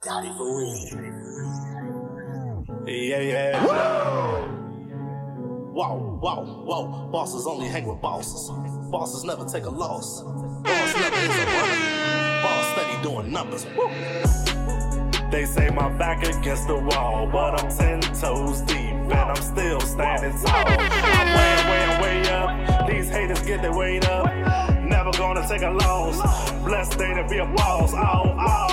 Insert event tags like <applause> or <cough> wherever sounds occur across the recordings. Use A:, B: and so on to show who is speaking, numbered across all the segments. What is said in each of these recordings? A: Got it for real. Yeah, yeah. Whoa, whoa, whoa. Bosses only hang with bosses. Bosses never take a loss. Boss never is a runner. Boss steady doing numbers. Woo.
B: They say my back against the wall, but I'm ten toes deep and I'm still standing tall. I'm way, way, way up. These haters get their weight up. Never gonna take a loss. Blessed day to be a boss. Oh, oh.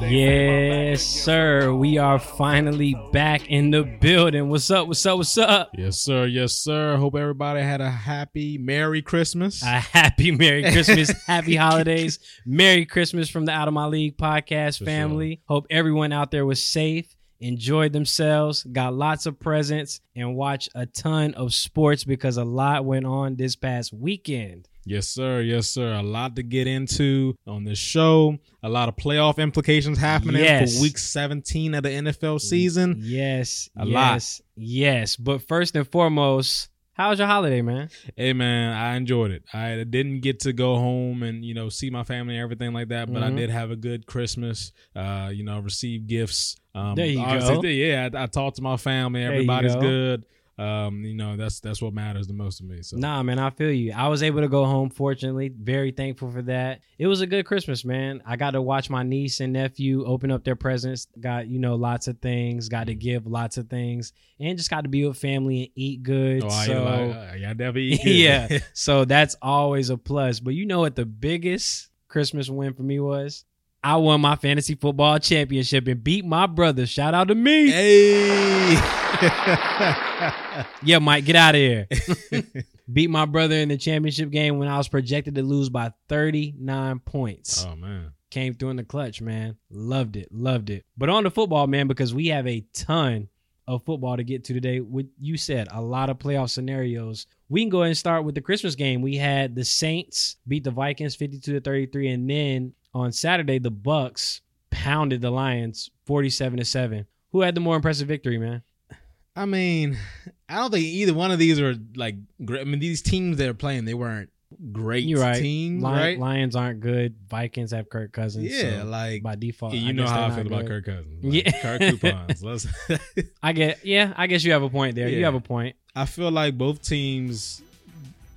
C: Yes, sir. We are finally back in the building. What's up? What's up? What's up?
D: Yes, sir. Yes, sir. Hope everybody had a happy, merry Christmas.
C: A happy Merry
D: <laughs>
C: Christmas, Happy Holidays, Merry Christmas from the Out of My League podcast
D: For
C: family. Hope everyone out there was safe, enjoyed themselves, got lots of presents, and watched a ton of sports because a lot went on this past weekend.
D: yes, sir. Yes, sir. A lot to get into on this show. A lot of playoff implications happening
C: Yes. Mm-hmm.
D: for week 17 of the NFL season.
C: Yes,
D: A lot.
C: yes, yes. But first and foremost, how was your holiday, man?
D: Hey, man, I enjoyed it. I didn't get to go home and, you know, see my family and everything like that, but
C: Mhm.
D: I did have a good Christmas. Uh, you know, received gifts. Um,
C: There you
D: obviously-
C: go.
D: Yeah, I, I talked to my family.
C: There you
D: Everybody's
C: go.
D: good. Um, you know, that's that's what matters the most to me. So
C: Nah, man, I feel you. I was able to go home, fortunately. Very thankful for that. It was a good Christmas, man. I got to watch my niece and nephew open up their presents. Got, you know, lots of things, got to give lots of things, and just got to be with family and eat good.
D: Oh, I,
C: so,
D: I, I, I never eat. good.
C: yeah. <laughs> So that's always a plus. But you know what the biggest Christmas win for me was? I won my fantasy football championship and beat my brother. Shout out to me.
D: <laughs> Hey.
C: Yeah, Mike, get out of here. <laughs> Beat my brother in the championship game when I was projected to lose by 39 points.
D: oh man.
C: Came through in the clutch, man. Loved it. Loved it. But on the football, man, because we have a ton of football to get to today. What you said, a lot of playoff scenarios. We can go ahead and start with the Christmas game. We had the Saints beat the Vikings 52 to 33 and then on Saturday the Bucks pounded the Lions 47 to 7. Who had the more impressive victory, man?
D: I mean, I don't think either one of these are like great. I mean, these teams that are playing, they weren't great
C: You're right.
D: teams,
C: Lion,
D: right?
C: Lions aren't good. Vikings have Kirk Cousins.
D: yeah,
C: so
D: like
C: by default,
D: yeah, you
C: I
D: know
C: guess
D: how I
C: they're
D: feel
C: not
D: about
C: good.
D: Kirk Cousins. Like,
C: Yeah. <laughs>
D: Kirk coupons. Let's,
C: I get. Yeah, I guess you have a point there. You
D: Yeah.
C: have a point.
D: I feel like both teams,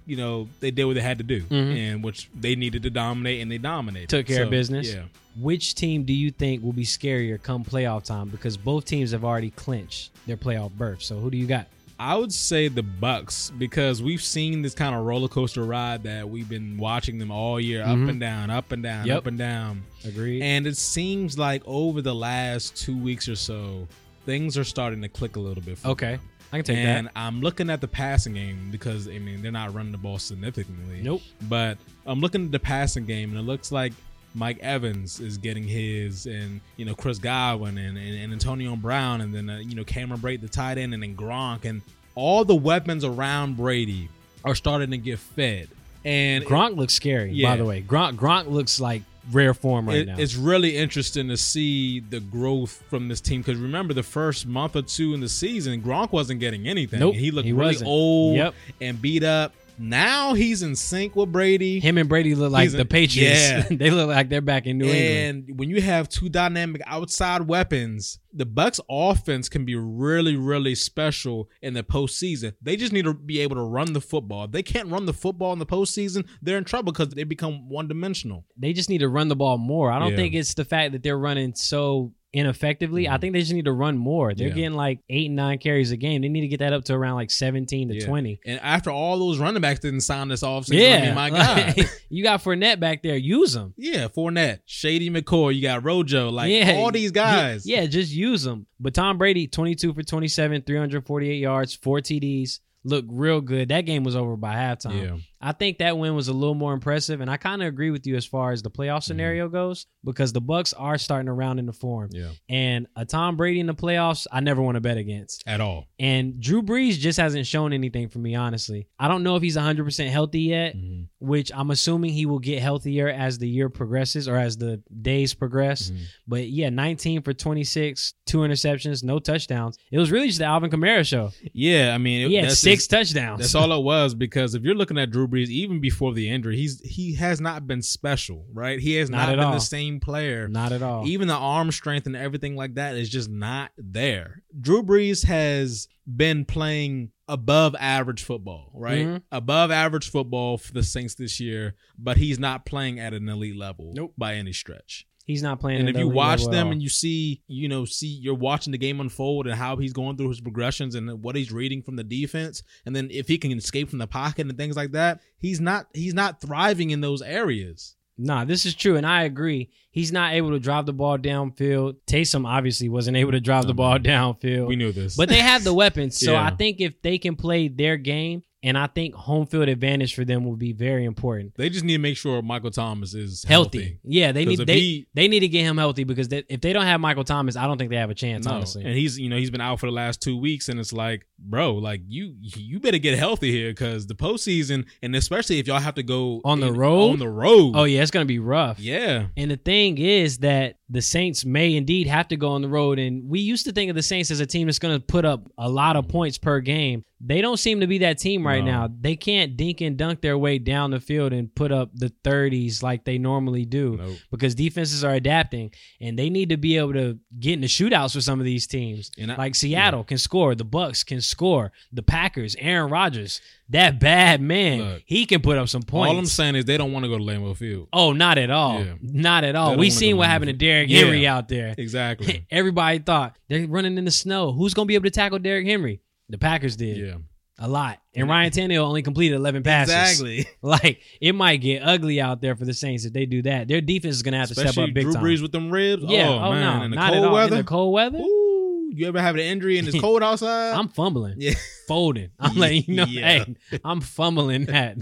D: you know, they did what they had to do,
C: Mhm.
D: and which they needed to dominate, and they dominated.
C: Took care of business.
D: Yeah,
C: Which team do you think will be scarier come playoff time? Because both teams have already clinched their playoff berth. So who do you got?
D: I would say the Bucks because we've seen this kind of roller coaster ride that we've been watching them all year,
C: Mhm.
D: up and down, up and down,
C: Yep.
D: up and down.
C: Agreed.
D: And it seems like over the last two weeks or so, things are starting to click a little bit. For
C: okay,
D: them.
C: I can take
D: and
C: that.
D: I'm looking at the passing game because I mean they're not running the ball significantly.
C: Nope.
D: But I'm looking at the passing game, and it looks like Mike Evans is getting his, and you know Chris Godwin and, and, and Antonio Brown, and then uh, you know Cameron Brate, the tight end, and then Gronk, and all the weapons around Brady are starting to get fed. And
C: Gronk looks scary. By
D: Yeah.
C: the way, Gronk Gronk looks like rare form right
D: it-
C: now.
D: It's really interesting to see the growth from this team because remember the first month or two in the season, Gronk wasn't getting anything.
C: Nope,
D: he looked
C: he
D: really
C: wasn't.
D: old
C: Yep.
D: and beat up. Now he's in sync with Brady.
C: Him and Brady look like
D: He's a-
C: the Patriots.
D: Yeah.
C: <laughs> they look like they're back in New England.
D: and when you have two dynamic outside weapons, the Bucks offense can be really, really special in the postseason. They just need to be able to run the football. If they can't run the football in the postseason, they're in trouble because they become one dimensional.
C: They just need to run the ball more. I don't
D: Yeah. Mm-hmm.
C: think it's the fact that they're running so ineffectively. I think they just need to run more. They're
D: Yeah.
C: getting like eight, nine carries a game. They need to get that up to around like seventeen to
D: Yeah.
C: twenty.
D: And after all those running backs didn't sign this offseason,
C: Yeah,
D: I
C: <laughs>
D: mean, my God.
C: you got Fournette back there. Use them.
D: Yeah, Fournette, Shady McCoy, you got Rojo, like
C: yeah,
D: all these guys.
C: Yeah, just use them. But Tom Brady, twenty-two for twenty-seven, three hundred forty-eight yards, four TDs. Looked real good. That game was over by halftime.
D: Yeah.
C: I think that win was a little more impressive, and I kind of agree with you as far as the
D: Mm-hmm.
C: playoff scenario goes because the Bucks are starting to round into form,
D: yeah,
C: and a Tom Brady in the playoffs, I never want to bet against.
D: at all.
C: And Drew Brees just hasn't shown anything for me, honestly. I don't know if he's 100% healthy yet, which I'm assuming he will get healthier as the year progresses or as the days progress.
D: Mhm.
C: But yeah, 19 for 26, two interceptions, no touchdowns. It was really just the Alvin Kamara show.
D: Yeah, I mean, it-
C: He had
D: that's
C: six
D: just-
C: touchdowns.
D: that's all it was because if you're looking at Drew Brees, even before the injury, he's he has not been special, right? He has
C: Not
D: not,
C: at
D: been
C: all.
D: the same
C: <laughs>
D: player.
C: Not at all.
D: Even the arm strength and everything like that is just not there. Drew Brees has been playing above average football, right?
C: Mhm.
D: Above average football for the Saints this year, but he's not playing at an elite level
C: Nope.
D: by any stretch.
C: He's not playing.
D: And
C: at
D: if
C: the
D: you
C: elite
D: watch
C: level at
D: them
C: all.
D: and you see, you know, see you're watching the game unfold and how he's going through his progressions and what he's reading from the defense, and then if he can escape from the pocket and things like that, he's not he's not thriving in those areas.
C: Nah, this is true, and I agree. He's not able to drive the ball downfield. Taysom obviously wasn't able to drive the ball downfield.
D: We knew this.
C: But they have the weapons. So
D: Yeah.
C: I think if they can play their game, and I think home field advantage for them will be very important.
D: they just need to make sure Michael Thomas is
C: Healthy.
D: healthy.
C: Yeah, they
D: 'Cause
C: need
D: if
C: they,
D: he-
C: they need to get him healthy because they, if they don't have Michael Thomas, I don't think they have a chance,
D: No.
C: honestly.
D: And he's you know he's been out for the last two weeks, and it's like, bro, like you you better get healthy here because the postseason, and especially if y'all have to go
C: On the
D: in-
C: road?
D: on the road.
C: oh yeah, it's gonna be rough.
D: yeah.
C: And the thing is that the Saints may indeed have to go on the road. And we used to think of the Saints as a team that's going to put up a lot of points per game. They don't seem to be that team right
D: No.
C: now. They can't dink and dunk their way down the field and put up the 30s like they normally do
D: Nope.
C: because defenses are adapting and they need to be able to get in the shootouts with some of these teams.
D: And I-
C: like Seattle can score, the Bucks can score, the Packers, Aaron Rodgers, that bad man,
D: Look,
C: he can put up some points.
D: All I'm saying is they don't want to go to Lambeau Field.
C: Oh, not at all.
D: Yeah.
C: Not at
D: They
C: all.
D: don't
C: We
D: wanna
C: seen
D: go
C: what
D: in the-
C: happened to Derrick
D: Yeah.
C: Henry out there. <laughs>
D: Exactly.
C: Everybody thought they're running in the snow. Who's gonna be able to tackle Derrick Henry? The Packers did
D: yeah.
C: a lot, and Ryan Tannehill only completed eleven passes. <laughs> Like it might get ugly out there for the Saints if they do that. Their defense is gonna have to step
D: Especially
C: up big
D: Drew
C: time.
D: Brees with them ribs.
C: yeah.
D: Oh,
C: Oh,
D: man.
C: no.
D: in the
C: not
D: cold
C: at all.
D: weather.
C: In
D: <laughs>
C: the cold weather,
D: Ooh, you ever have an injury
C: <laughs>
D: and it's cold outside?
C: I'm fumbling.
D: Yeah.
C: Folding.
D: <laughs>
C: I'm letting you know.
D: Yeah.
C: Hey, I'm
D: <laughs>
C: fumbling that.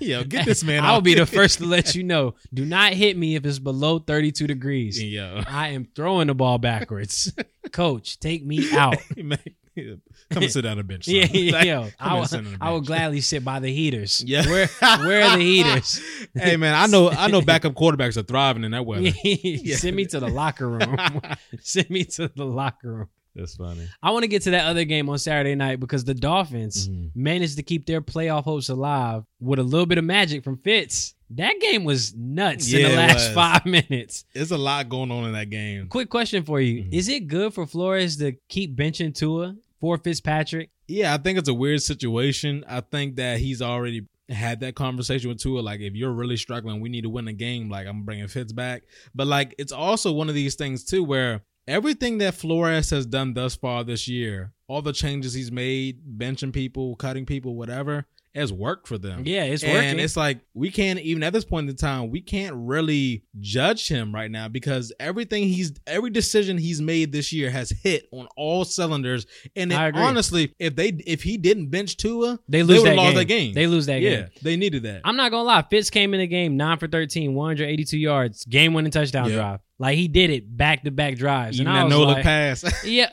D: yeah, get this
C: <laughs>
D: man.
C: I'll
D: off. <laughs>
C: be the first to let you know. Do not hit me if it's below 32 degrees.
D: <laughs> Yeah.
C: I am throwing the ball
D: <laughs>
C: backwards. Coach, take me out.
D: Man, yeah. Come and sit down on the bench.
C: <laughs>
D: son.
C: yeah, yeah, yeah.
D: here
C: I,
D: and sit on
C: would,
D: the
C: I would
D: bench.
C: gladly sit by the heaters.
D: Yeah.
C: Where, where
D: <laughs>
C: are the heaters?
D: hey man, I know I know backup quarterbacks are thriving in
C: <laughs>
D: that weather.
C: Send me to the locker
D: <laughs>
C: room. <laughs> Send me to the locker room.
D: That's funny.
C: I want to get to that other game on Saturday night because the Dolphins managed to keep their playoff hopes alive with a little bit of magic from Fitz. That game was nuts in
D: Yeah,
C: the
D: it
C: last
D: was.
C: five <laughs> minutes.
D: There's a lot going on in that game.
C: Quick question for you:
D: Mhm.
C: Is it good for Flores to keep benching Tua for Fitzpatrick?
D: Yeah, I think it's a weird situation. I think that he's already had that conversation with Tua. Like, if you're really struggling, we need to win a game. Like, I'm bringing Fitz back. But like, it's also one of these things too where everything that Flores has done thus far this year, all the changes he's made, benching people, cutting people, whatever, has worked for them.
C: Yeah, it's
D: and
C: working.
D: it's like we can't even at this point in time we can't really judge him right now because everything he's every decision he's made this year has hit on all cylinders. And
C: I
D: it-
C: agree.
D: honestly, if they if he didn't bench Tua,
C: They lose
D: would
C: that
D: have lost
C: game.
D: that game.
C: They lose that
D: yeah,
C: game.
D: they needed that.
C: I'm not gonna lie. Fitz came in the game nine for 13, 182 yards, game winning touchdown
D: Yeah.
C: drive. Like he did it back to back drives.
D: Even
C: and I
D: that
C: was
D: no look
C: like,
D: pass.
C: <laughs> yeah,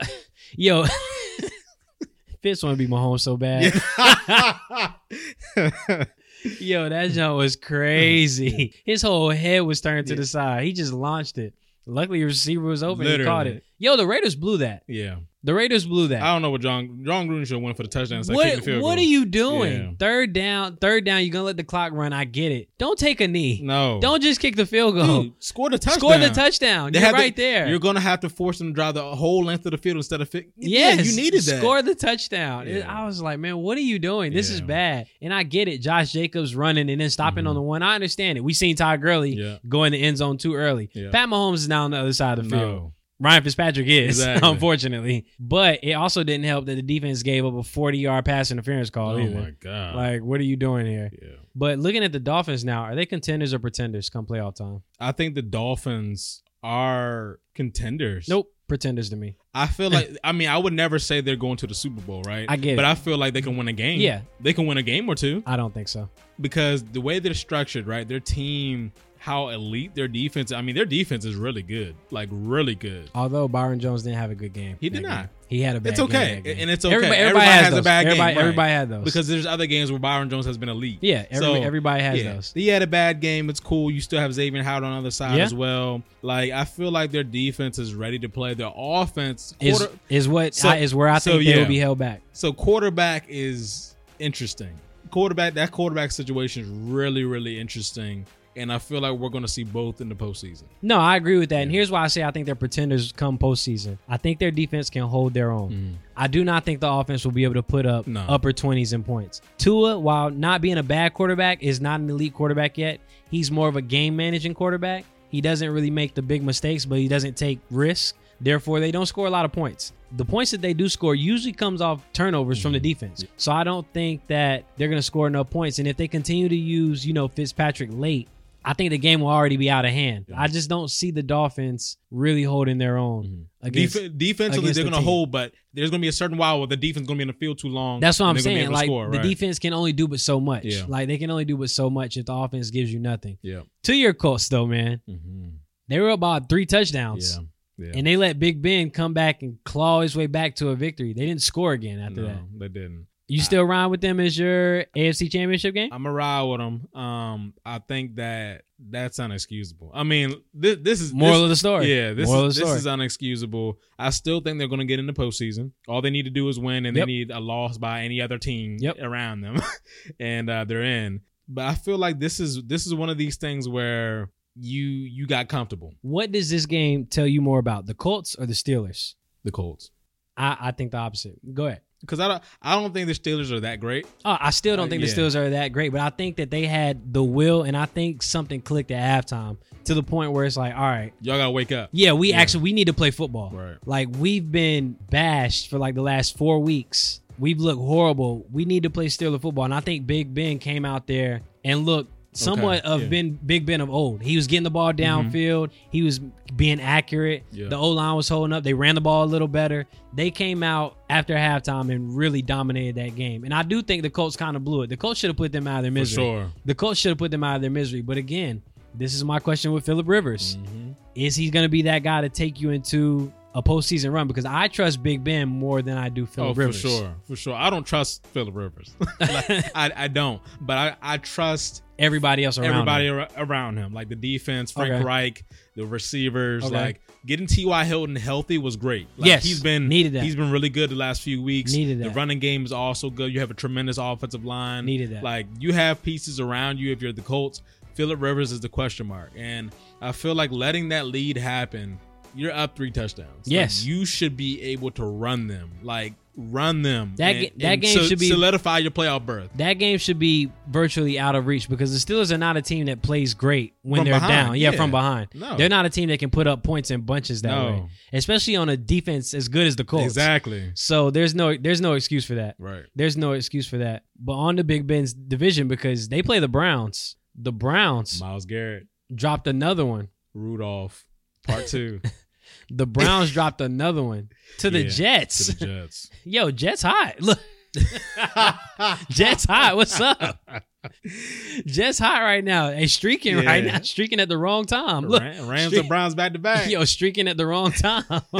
C: yo, <laughs> Fitz want to be Mahomes so bad. Yo, that jump
D: <laughs>
C: was crazy. His whole head was turned to
D: Yeah.
C: the side. He just launched it. Luckily, the receiver was open. and He
D: Literally.
C: caught it. Yo, the Raiders blew that.
D: <laughs> yeah,
C: The Raiders blew that.
D: I don't know what John John Gruden should have went for the touchdown. instead of kicking
C: what
D: the field
C: what are
D: goal.
C: you doing?
D: Yeah.
C: Third down, third down. You're gonna let the clock run. I get it. Don't take a knee.
D: No,
C: Don't just kick the field goal.
D: Dude, score the touchdown.
C: Score the touchdown.
D: They
C: You're
D: had to-
C: right there.
D: You're gonna have to force them to drive the whole length of the field instead of. Fi-
C: yes,
D: yeah, you needed that.
C: Score the touchdown. It-
D: Yeah.
C: I was like, man, what are you doing? This is
D: Yeah. Mm-hmm.
C: bad. And I get it. Josh Jacobs running and then stopping on the one. I understand it. We seen Todd Gurley
D: Yeah.
C: go in the end zone too early.
D: Yeah.
C: Pat Mahomes is now on the other side of the field.
D: No.
C: Ryan Fitzpatrick is, <laughs>
D: Exactly.
C: unfortunately. But it also didn't help that the defense gave up a 40 yard pass interference call
D: Oh
C: either.
D: my god.
C: Like, what are you doing here?
D: yeah.
C: But looking at the Dolphins now, are they contenders or pretenders come playoff time?
D: I think the Dolphins are contenders.
C: Nope. Pretenders to me.
D: I feel like I mean I would never say they're going to the Super Bowl, right?
C: I get
D: But
C: it.
D: I feel like they can win a game.
C: Yeah.
D: They can win a game or two
C: I don't think so.
D: because the way they're structured, right? Their team, how elite their defense. I mean, their defense is really good. Like really good.
C: Although Byron Jones didn't have a good game.
D: He did
C: that
D: not.
C: game. He had a bad
D: It's
C: game
D: okay,
C: that game.
D: and it's okay.
C: Everybody, everybody, has, those. a bad everybody,
D: game, right.
C: Everybody had those.
D: Because there's other games where Byron Jones has been elite.
C: yeah, every,
D: So,
C: everybody has
D: yeah.
C: those.
D: He had a bad game. It's cool. You still have Xavier Howard on the other side
C: Yeah.
D: as well. Like I feel like their defense is ready to play. Their offense
C: Is
D: quarter-
C: is what
D: So-
C: I, is where I
D: so,
C: think they
D: yeah.
C: will be held back.
D: so quarterback is interesting quarterback that quarterback situation is really really interesting, and I feel like we're going to see both in the postseason.
C: No, I agree with that. And here's why I say I think they're pretenders come postseason. I think their defense can hold their own. I do not think the offense will be able to put up
D: No.
C: upper 20s in points. Tua, while not being a bad quarterback, is not an elite quarterback yet. He's more of a game managing quarterback. He doesn't really make the big mistakes, but he doesn't take risks. Therefore, they don't score a lot of points. The points that they do score usually comes off turnovers from the defense. So I don't think that they're going to score enough points. And if they continue to use, you know, Fitzpatrick late, I think the game will already be out of hand. I just don't see the Dolphins really holding their own against.
D: Def- defensively,
C: against
D: they're
C: the
D: going to
C: team.
D: hold, but there's going to be a certain while where the defense going to be in the field too long.
C: That's what
D: and
C: I'm
D: they're gonna be
C: saying.
D: able to
C: Like
D: score,
C: the
D: right.
C: defense can only do but so much.
D: Yeah.
C: Like they can only do but so much if the offense gives you nothing.
D: Yeah.
C: To your Colts though, man,
D: Mhm.
C: they were about three touchdowns.
D: Yeah. Yeah.
C: And they let Big Ben come back and claw his way back to a victory. They didn't score again after
D: no,
C: that.
D: they didn't.
C: You still ride with them as your AFC Championship game?
D: I'm a ride with them. Um, I think that that's unexcusable. I mean, this this is
C: Moral
D: this-
C: of the story.
D: Yeah, this
C: Moral
D: is,
C: of the
D: this is
C: story.
D: unexcusable. I still think they're going to get in the postseason. All they need to do is win, and
C: Yep.
D: they need a loss by any other team
C: Yep.
D: around them, <laughs> and uh, they're in. But I feel like this is this is one of these things where you you got comfortable.
C: What does this game tell you more about? The Colts or the Steelers?
D: The Colts
C: I, I think the opposite. Go ahead.
D: because I don't I don't think the Steelers are that great.
C: Oh, I still don't
D: Uh,
C: think
D: yeah.
C: the Steelers are that great, but I think that they had the will, and I think something clicked at halftime to the point where it's like, all right,
D: Y'all got to wake up.
C: yeah, we
D: Yeah.
C: actually we need to play football.
D: Right.
C: Like we've been bashed for like the last four weeks. We've looked horrible. We need to play Steeler football, and I think Big Ben came out there and looked somewhat of
D: yeah. Mm-hmm.
C: Ben Big Ben of old. He was getting the ball downfield. He was being accurate.
D: Yeah.
C: The O line was holding up. They ran the ball a little better. They came out after halftime and really dominated that game. And I do think the Colts kind of blew it. The Colts should have put them out of their
D: For
C: misery.
D: sure.
C: The Colts should have put them out of their misery. But again, this is my question with Philip Rivers.
D: Mm-hmm.
C: Is he going to be that guy to take you into a postseason run? Because I trust Big Ben more than I do Philip
D: Oh,
C: Rivers.
D: for sure, for sure. I don't trust Philip Rivers. <laughs> Like, I, I don't, but I, I trust
C: Everybody else around.
D: everybody
C: him.
D: ar- around him, like the defense, Frank
C: Okay.
D: Reich, the receivers.
C: Okay.
D: Like getting T.Y. Hilton healthy was great. Like,
C: Yes,
D: he's been
C: needed that.
D: He's been really good the last few weeks.
C: Needed
D: The
C: that.
D: running game is also good. You have a tremendous offensive line.
C: Needed that.
D: Like you have pieces around you. If you're the Colts, Philip Rivers is the question mark, and I feel like letting that lead happen. You're up three touchdowns. Like,
C: Yes.
D: you should be able to run them. Like run them.
C: That
D: and-
C: ga- that
D: and
C: game
D: so-
C: should be-
D: solidify your playoff berth.
C: That game should be virtually out of reach because the Steelers are not a team that plays great when
D: From
C: they're
D: behind,
C: down. Yeah,
D: yeah.
C: from behind.
D: No.
C: They're not a team that can put up points in bunches that
D: No.
C: way, especially on a defense as good as the Colts.
D: Exactly.
C: So there's no there's no excuse for that.
D: Right.
C: There's no excuse for that. But on the Big Ben's division because they play the Browns. The Browns
D: Miles Garrett.
C: dropped another one.
D: Rudolph, part two
C: The
D: <laughs>
C: Browns dropped another one to the
D: Yeah,
C: Jets. <laughs>
D: to the Jets.
C: Yo, Jets hot. <laughs> Look. Jets hot. What's
D: <laughs>
C: up? Jets hot right now. Hey, streaking right
D: Yeah.
C: now. Streaking at the wrong time. Look.
D: Ram, Rams
C: Streak-
D: and Browns back to
C: <laughs>
D: back.
C: Yo, streaking at the wrong time. <laughs>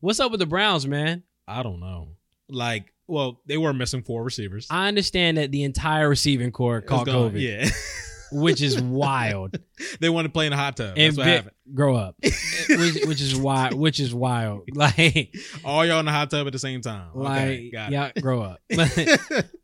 C: What's up with the Browns, man?
D: <laughs> I don't know. Like, well, they were missing four receivers.
C: I understand that the entire receiving core
D: It's
C: caught
D: gone-
C: COVID,
D: Yeah, <laughs>
C: which is wild.
D: they wanted to play in a hot tub.
C: and
D: That's what
C: Vic-
D: happened.
C: grow up, which, which is wild. Which is wild. <laughs> Like,
D: All y'all in the hot tub at the same time. Okay,
C: like,
D: got
C: yeah, grow up. <laughs>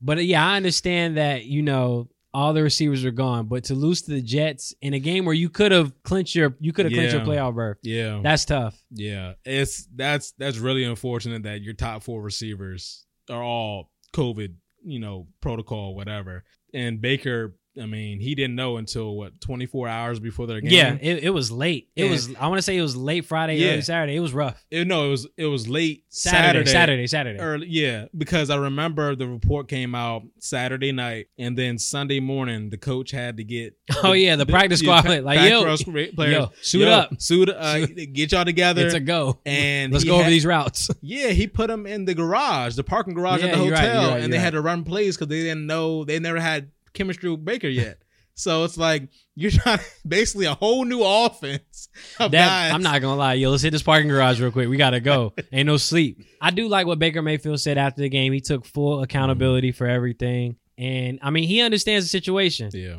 C: But uh, yeah, I understand that, you know, all the receivers are gone, but to lose to the Jets in a game where you could have clinched your you could have clinched your
D: Yeah.
C: playoff berth.
D: <laughs> yeah,
C: That's tough.
D: yeah. It's that's that's really unfortunate that your top four receivers are all COVID, you know, protocol, whatever. And Baker, I mean, he didn't know until what twenty four hours before their game.
C: Yeah, it, it was late. It
D: Yeah.
C: was I want to say it was late Friday,
D: Yeah.
C: early Saturday. It was rough.
D: It- no, it was it was late
C: Saturday, Saturday,
D: Saturday
C: Saturday.
D: early yeah because i remember the report came out saturday night and then sunday morning the coach had to get
C: <laughs> Oh, yeah, the practice squad, like, yo,
D: practice squad players,
C: yo, suit up.
D: suit uh,
C: <laughs>
D: get y'all together
C: It's a go.
D: and
C: Let's
D: he
C: go over
D: had-
C: these routes.
D: yeah he put them in the garage the parking garage
C: Yeah,
D: at the
C: you're
D: hotel
C: right, you're right,
D: and
C: you're
D: they
C: right.
D: had to run plays because they didn't know they never had chemistry with
C: <laughs>
D: baker yet so it's like you're trying <laughs> basically a whole new <laughs> offense <laughs> of
C: That,
D: guys.
C: I'm not gonna lie, yo. Let's hit this parking garage real quick. We gotta
D: <laughs>
C: go. Ain't no sleep. I do like what Baker Mayfield said after the game. He took full accountability for everything, and I mean he understands the situation.
D: yeah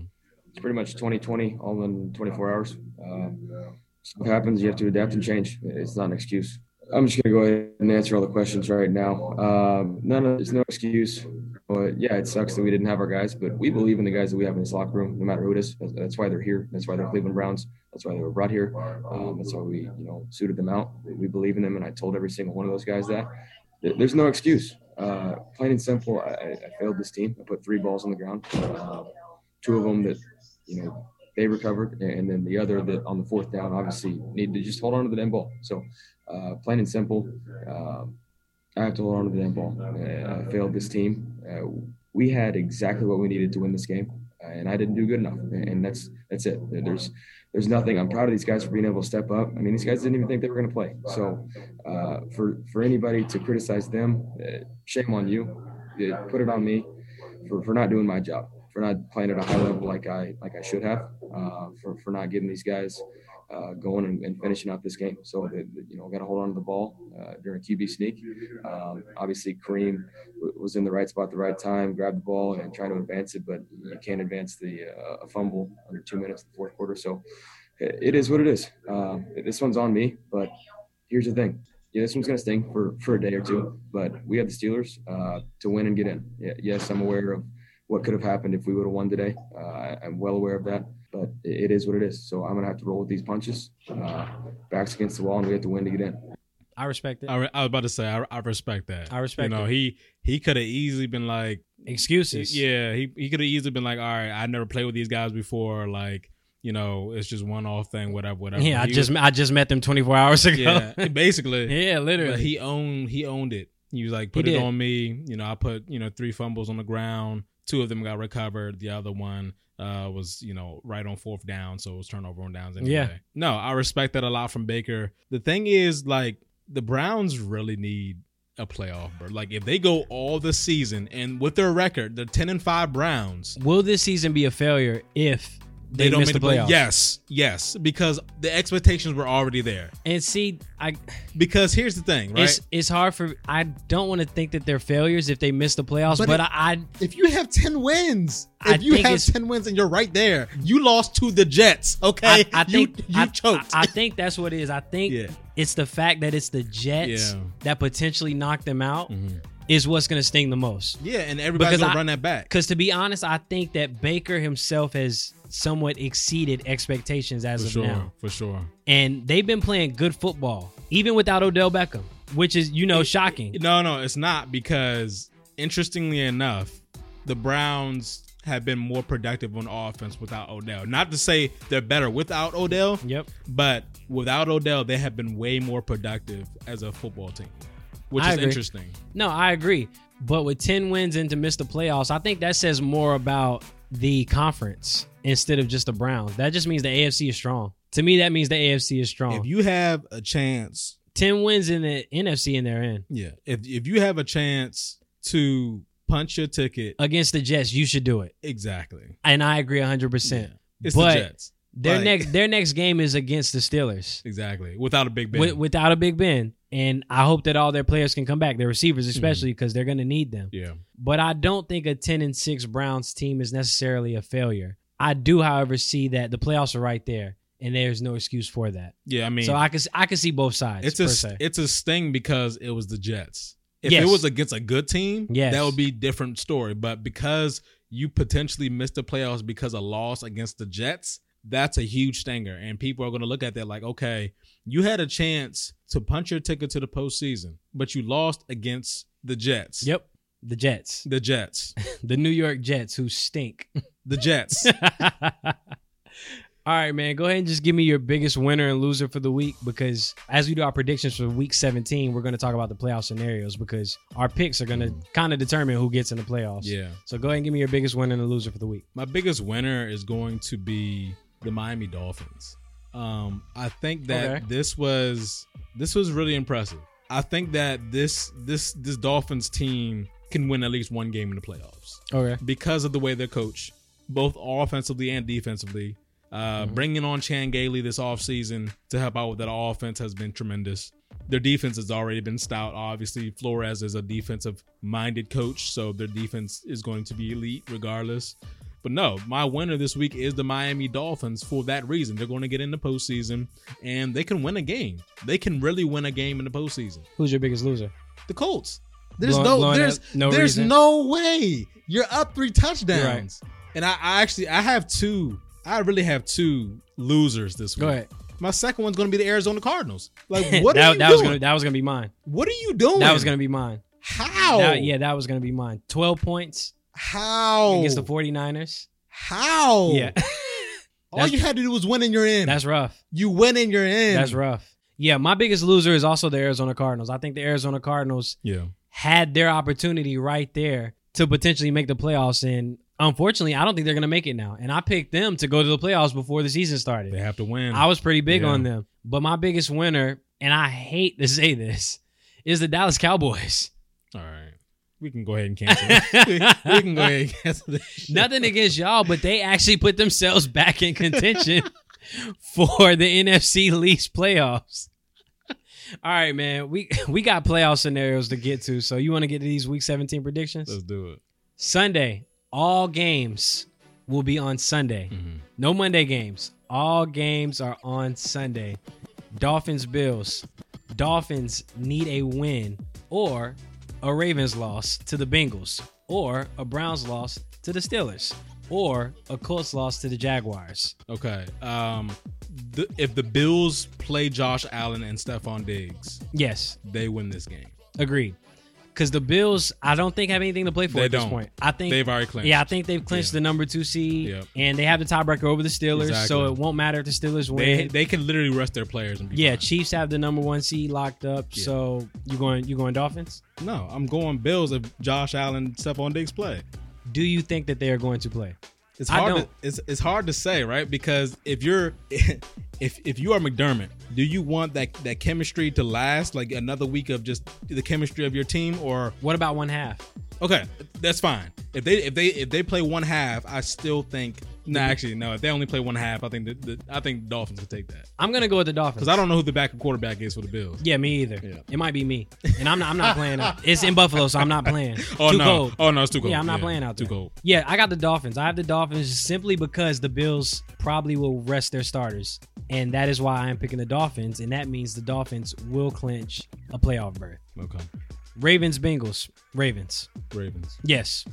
E: it's pretty much 2020 all in 24 hours. Uh, stuff happens. You have to adapt and change. It's not an excuse. I'm just gonna go ahead and answer all the questions right now. Um, none of there's no excuse. But yeah, it sucks that we didn't have our guys, but we believe in the guys that we have in this locker room, no matter who it is. That's, that's why they're here. That's why they're Cleveland Browns. That's why they were brought here. Um, that's why we, you know, suited them out. We believe in them, and I told every single one of those guys that. There- There's no excuse. Uh, plain and simple, I, I I failed this team. I put three balls on the ground, uh, two of them that, you know, they recovered, and then the other that on the fourth down, obviously, needed to just hold on to the damn ball. So, uh, plain and simple. Um, I have to hold on to the damn ball. Uh, I failed this team. Uh, we had exactly what we needed to win this game, uh, and I didn't do good enough. And that's that's it. There's there's nothing. I'm proud of these guys for being able to step up. I mean, these guys didn't even think they were going to play. So uh, for for anybody to criticize them, uh, shame on you. Yeah, put it on me for, for not doing my job, for not playing at a high level like I like I should have, uh, for for not giving these guys uh, going and, and finishing out this game. So, that, that, you know, got to hold on to the ball uh, during QB sneak. Um, obviously, Kareem w- was in the right spot at the right time, grabbed the ball and trying to advance it, but you can't advance the uh, a fumble under two minutes in the fourth quarter. So, it it is what it is. Uh, this one's on me, but here's the thing. Yeah, this one's gonna sting for, for a day or two, but we have the Steelers uh, to win and get in. Yeah, yes, I'm aware of what could have happened if we would have won today. Uh, I- I'm well aware of that but it it is what it is. So I'm gonna have to roll with these punches. Uh, backs against the wall, and we have to win to get in.
C: I respect it.
D: I, re- I was about to say I, I respect that.
C: I respect
D: You know
C: it.
D: he he could have easily been like
C: Excuses.
D: yeah he he could have easily been like all right I never played with these guys before like you know it's just one off thing whatever whatever
C: <laughs> Yeah, I
D: He
C: just I just met them 24 hours <laughs> ago.
D: yeah
C: Yeah,
D: basically
C: literally.
D: But he owned he owned it. He was like, put it
C: did.
D: on me. You know, I put you know three fumbles on the ground. Two of them got recovered. The other one uh, was you know right on fourth down, so it was turnover on downs anyway.
C: Yeah.
D: No, I respect that a lot from Baker. The thing is, like, the Browns really need a playoff. Bro. Like, if they go all the season and with their record, the ten and five Browns,
C: Will this season be a failure if they,
D: they, don't
C: miss
D: make
C: the playoffs?
D: Yes, yes, because the expectations were already there.
C: And see, I
D: Because here's the thing, right?
C: it's it's hard for I don't want to think that they're failures if they miss the playoffs, but,
D: But it-
C: I, I
D: If you have 10 wins,
C: I
D: if you
C: think
D: have
C: it's-
D: 10 wins and you're right there, you lost to the Jets, okay?
C: I, I
D: You-
C: think
D: you,
C: I,
D: choked.
C: I, I think that's what it is. I think
D: Yeah.
C: it's the fact that it's the Jets
D: Yeah. Mm-hmm.
C: that potentially knocked them out is what's going to sting the most.
D: yeah, and everybody's
C: Because
D: going
C: I-
D: to run that back.
C: Because to be honest, I think that Baker himself has somewhat exceeded expectations as of now,
D: for sure.
C: and they've been playing good football even without Odell Beckham, which is you know shocking.
D: No, no, it's not because interestingly enough, the Browns have been more productive on offense without Odell. Not to say they're better without Odell,
C: Yep.
D: but without Odell, they have been way more productive as a football team, which
C: I
D: is
C: agree.
D: interesting.
C: No, I agree. But with 10 wins and to miss the playoffs, I think that says more about the conference instead of just the Browns. That just means the AFC is strong. To me, that means the AFC is strong.
D: If you have a chance
C: 10 wins in the NFC and they're in.
D: Yeah. If if you have a chance to punch your ticket,
C: Against the Jets, you should do it.
D: exactly.
C: And I agree 100%.
D: It's
C: But-
D: the Jets.
C: Their
D: Like-
C: next their next game is against the Steelers
D: Exactly. Without a big bet.
C: wi- without a Big Ben. And I hope that all their players can come back, their
D: Hmm.
C: receivers especially, because they're going to need them.
D: yeah.
C: but I don't think a 10 and 6 Browns team is necessarily a failure. I do, however, see that the playoffs are right there and there's no excuse for that.
D: Yeah, I mean
C: so I can I can see both sides
D: it's
C: per
D: a
C: se.
D: it's a sting because it was the Jets. If
C: Yes.
D: it was against a good team,
C: Yes.
D: that would be a different story. But because you potentially missed the playoffs because of loss against the Jets, that's a huge stinger. And people are gonna look at that like, okay, you had a chance to punch your ticket to the postseason, but you lost against the Jets.
C: yep. The Jets.
D: The Jets.
C: The New York Jets who
D: <laughs>
C: stink.
D: The Jets.
C: <laughs> All right, man. Go ahead and just give me your biggest winner and loser for the week because as we do our predictions for week 17, we're going to talk about the playoff scenarios because our picks are going to kind of determine who gets in the playoffs.
D: Yeah.
C: So go ahead and give me your biggest winner and loser for the week.
D: My biggest winner is going to be the Miami Dolphins. Um, I think that
C: Okay.
D: this was this was really impressive. I think that this this this Dolphins team can win at least one game in the playoffs
C: Okay.
D: because of the way they're coached, both offensively and defensively. Uh, Bringing on Chan Gailey this offseason to help out with that offense has been tremendous. Their defense has already been stout. Obviously, Flores is a defensive minded coach, so their defense is going to be elite regardless. But no, my winner this week is the Miami Dolphins for that reason. They're going to get in the postseason and they can win a game. They can really win a game in the postseason.
C: Who's your biggest loser?
D: The Colts. There's
C: Blowing-
D: no
C: blowing
D: there's
C: up, no
D: there's
C: reason.
D: no way you're up three touchdowns. And I, I actually I have two. I really have two losers this week.
C: Go ahead.
D: My second one's going to be the Arizona Cardinals.
C: <laughs>
D: Like what
C: that,
D: are
C: that
D: you doing? Oh.
C: was gonna that was gonna be mine.
D: what are you doing?
C: That was gonna be mine.
D: how
C: That- yeah, that was gonna be mine. Twelve points
D: how
C: against the 49ers.
D: how
C: Yeah,
D: <laughs> all you had to do was win in your end.
C: that's rough.
D: you win in your end.
C: That's rough. Yeah, my biggest loser is also the Arizona Cardinals. I think the Arizona Cardinals
D: Yeah.
C: had their opportunity right there to potentially make the playoffs, and unfortunately, I don't think they're gonna make it now. And I picked them to go to the playoffs before the season started.
D: They have to win.
C: I was pretty big
D: Yeah.
C: on them. But my biggest winner, and I hate to <laughs> say this, is the Dallas Cowboys.
D: all right. We can go ahead and cancel.
C: <laughs>
D: it. <laughs> we <laughs> we can go ahead and cancel this. shit.
C: Nothing against y'all, but they actually put themselves back in contention for the NFC least playoffs. All right, man. We we got playoff scenarios to get to. So you want to get to these week 17 predictions?
D: Let's do it.
C: Sunday, all games will be on Sunday.
D: Mhm.
C: No Monday games. All games are on Sunday. Dolphins Bills. Dolphins need a win or a Ravens loss to the Bengals or a Browns loss to the Steelers or a Colts loss to the Jaguars.
D: Okay. Um, the, if the Bills play Josh Allen and Stephon Diggs,
C: Yes,
D: they win this game.
C: agreed. Because the Bills, I don't think have anything to play for
D: They
C: at this
D: don't.
C: point. I think
D: They've already clinched.
C: Yeah, I think they've clinched
D: Yeah.
C: the number two seed,
D: Yep.
C: and they have the tiebreaker over the Steelers, so
D: Exactly.
C: it won't matter if the Steelers win.
D: They they can literally rest their players and be
C: Yeah,
D: fine.
C: Chiefs have the number one seed locked up.
D: Yeah.
C: So you going you going Dolphins?
D: No, I'm going Bills if Josh Allen and Stephon Diggs play.
C: Do you think that they are going to play?
D: It's
C: I
D: hard. To,
C: don't.
D: it's it's hard to say, right? Because if you're <laughs> if if you are McDermott, do you want that that chemistry to last like another week of just the chemistry of your team, or
C: What about one half?
D: okay, that's fine. If they if they if they play one half, I still think. Nah, actually, no. If they only play one half, I think the, the I think the Dolphins could take that
C: I'm gonna go with the Dolphins
D: because I don't know who the backup quarterback is for the Bills.
C: Yeah, me either.
D: Yeah.
C: It might be me, and I'm not. I'm not playing.
D: <laughs>
C: Out. It's in Buffalo, so I'm not playing.
D: Oh
C: Too
D: no!
C: cold.
D: Oh no! It's too cold.
C: Yeah, I'm not playing out there.
D: Too cold.
C: Yeah, I got the Dolphins. I have the Dolphins simply because the Bills probably will rest their starters, and that is why I am picking the Dolphins, and that means the Dolphins will clinch a playoff berth.
D: Okay.
C: Ravens, Bengals, Ravens.
D: Ravens.
C: Yes.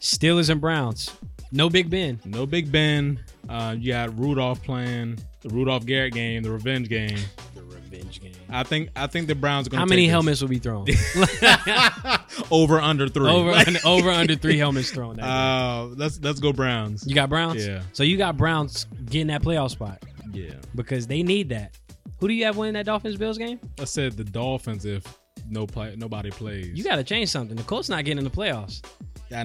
C: Steelers and Browns. No Big Ben.
D: No Big Ben. Uh, you got Rudolph playing the Rudolph Garrett game, the revenge game.
C: The revenge game.
D: I think I think the Browns are going.
C: How many helmets will be
D: <laughs>
C: thrown?
D: over under three? <laughs>
C: over under, over under three helmets thrown. That game.
D: Uh, let's let's go Browns.
C: you got Browns.
D: yeah.
C: So you got Browns getting that playoff spot
D: Yeah,
C: because they need that. Who do you have winning that Dolphins Bills game?
D: I said the Dolphins if no play nobody plays.
C: You got to change something. The Colts not getting in the playoffs.
D: I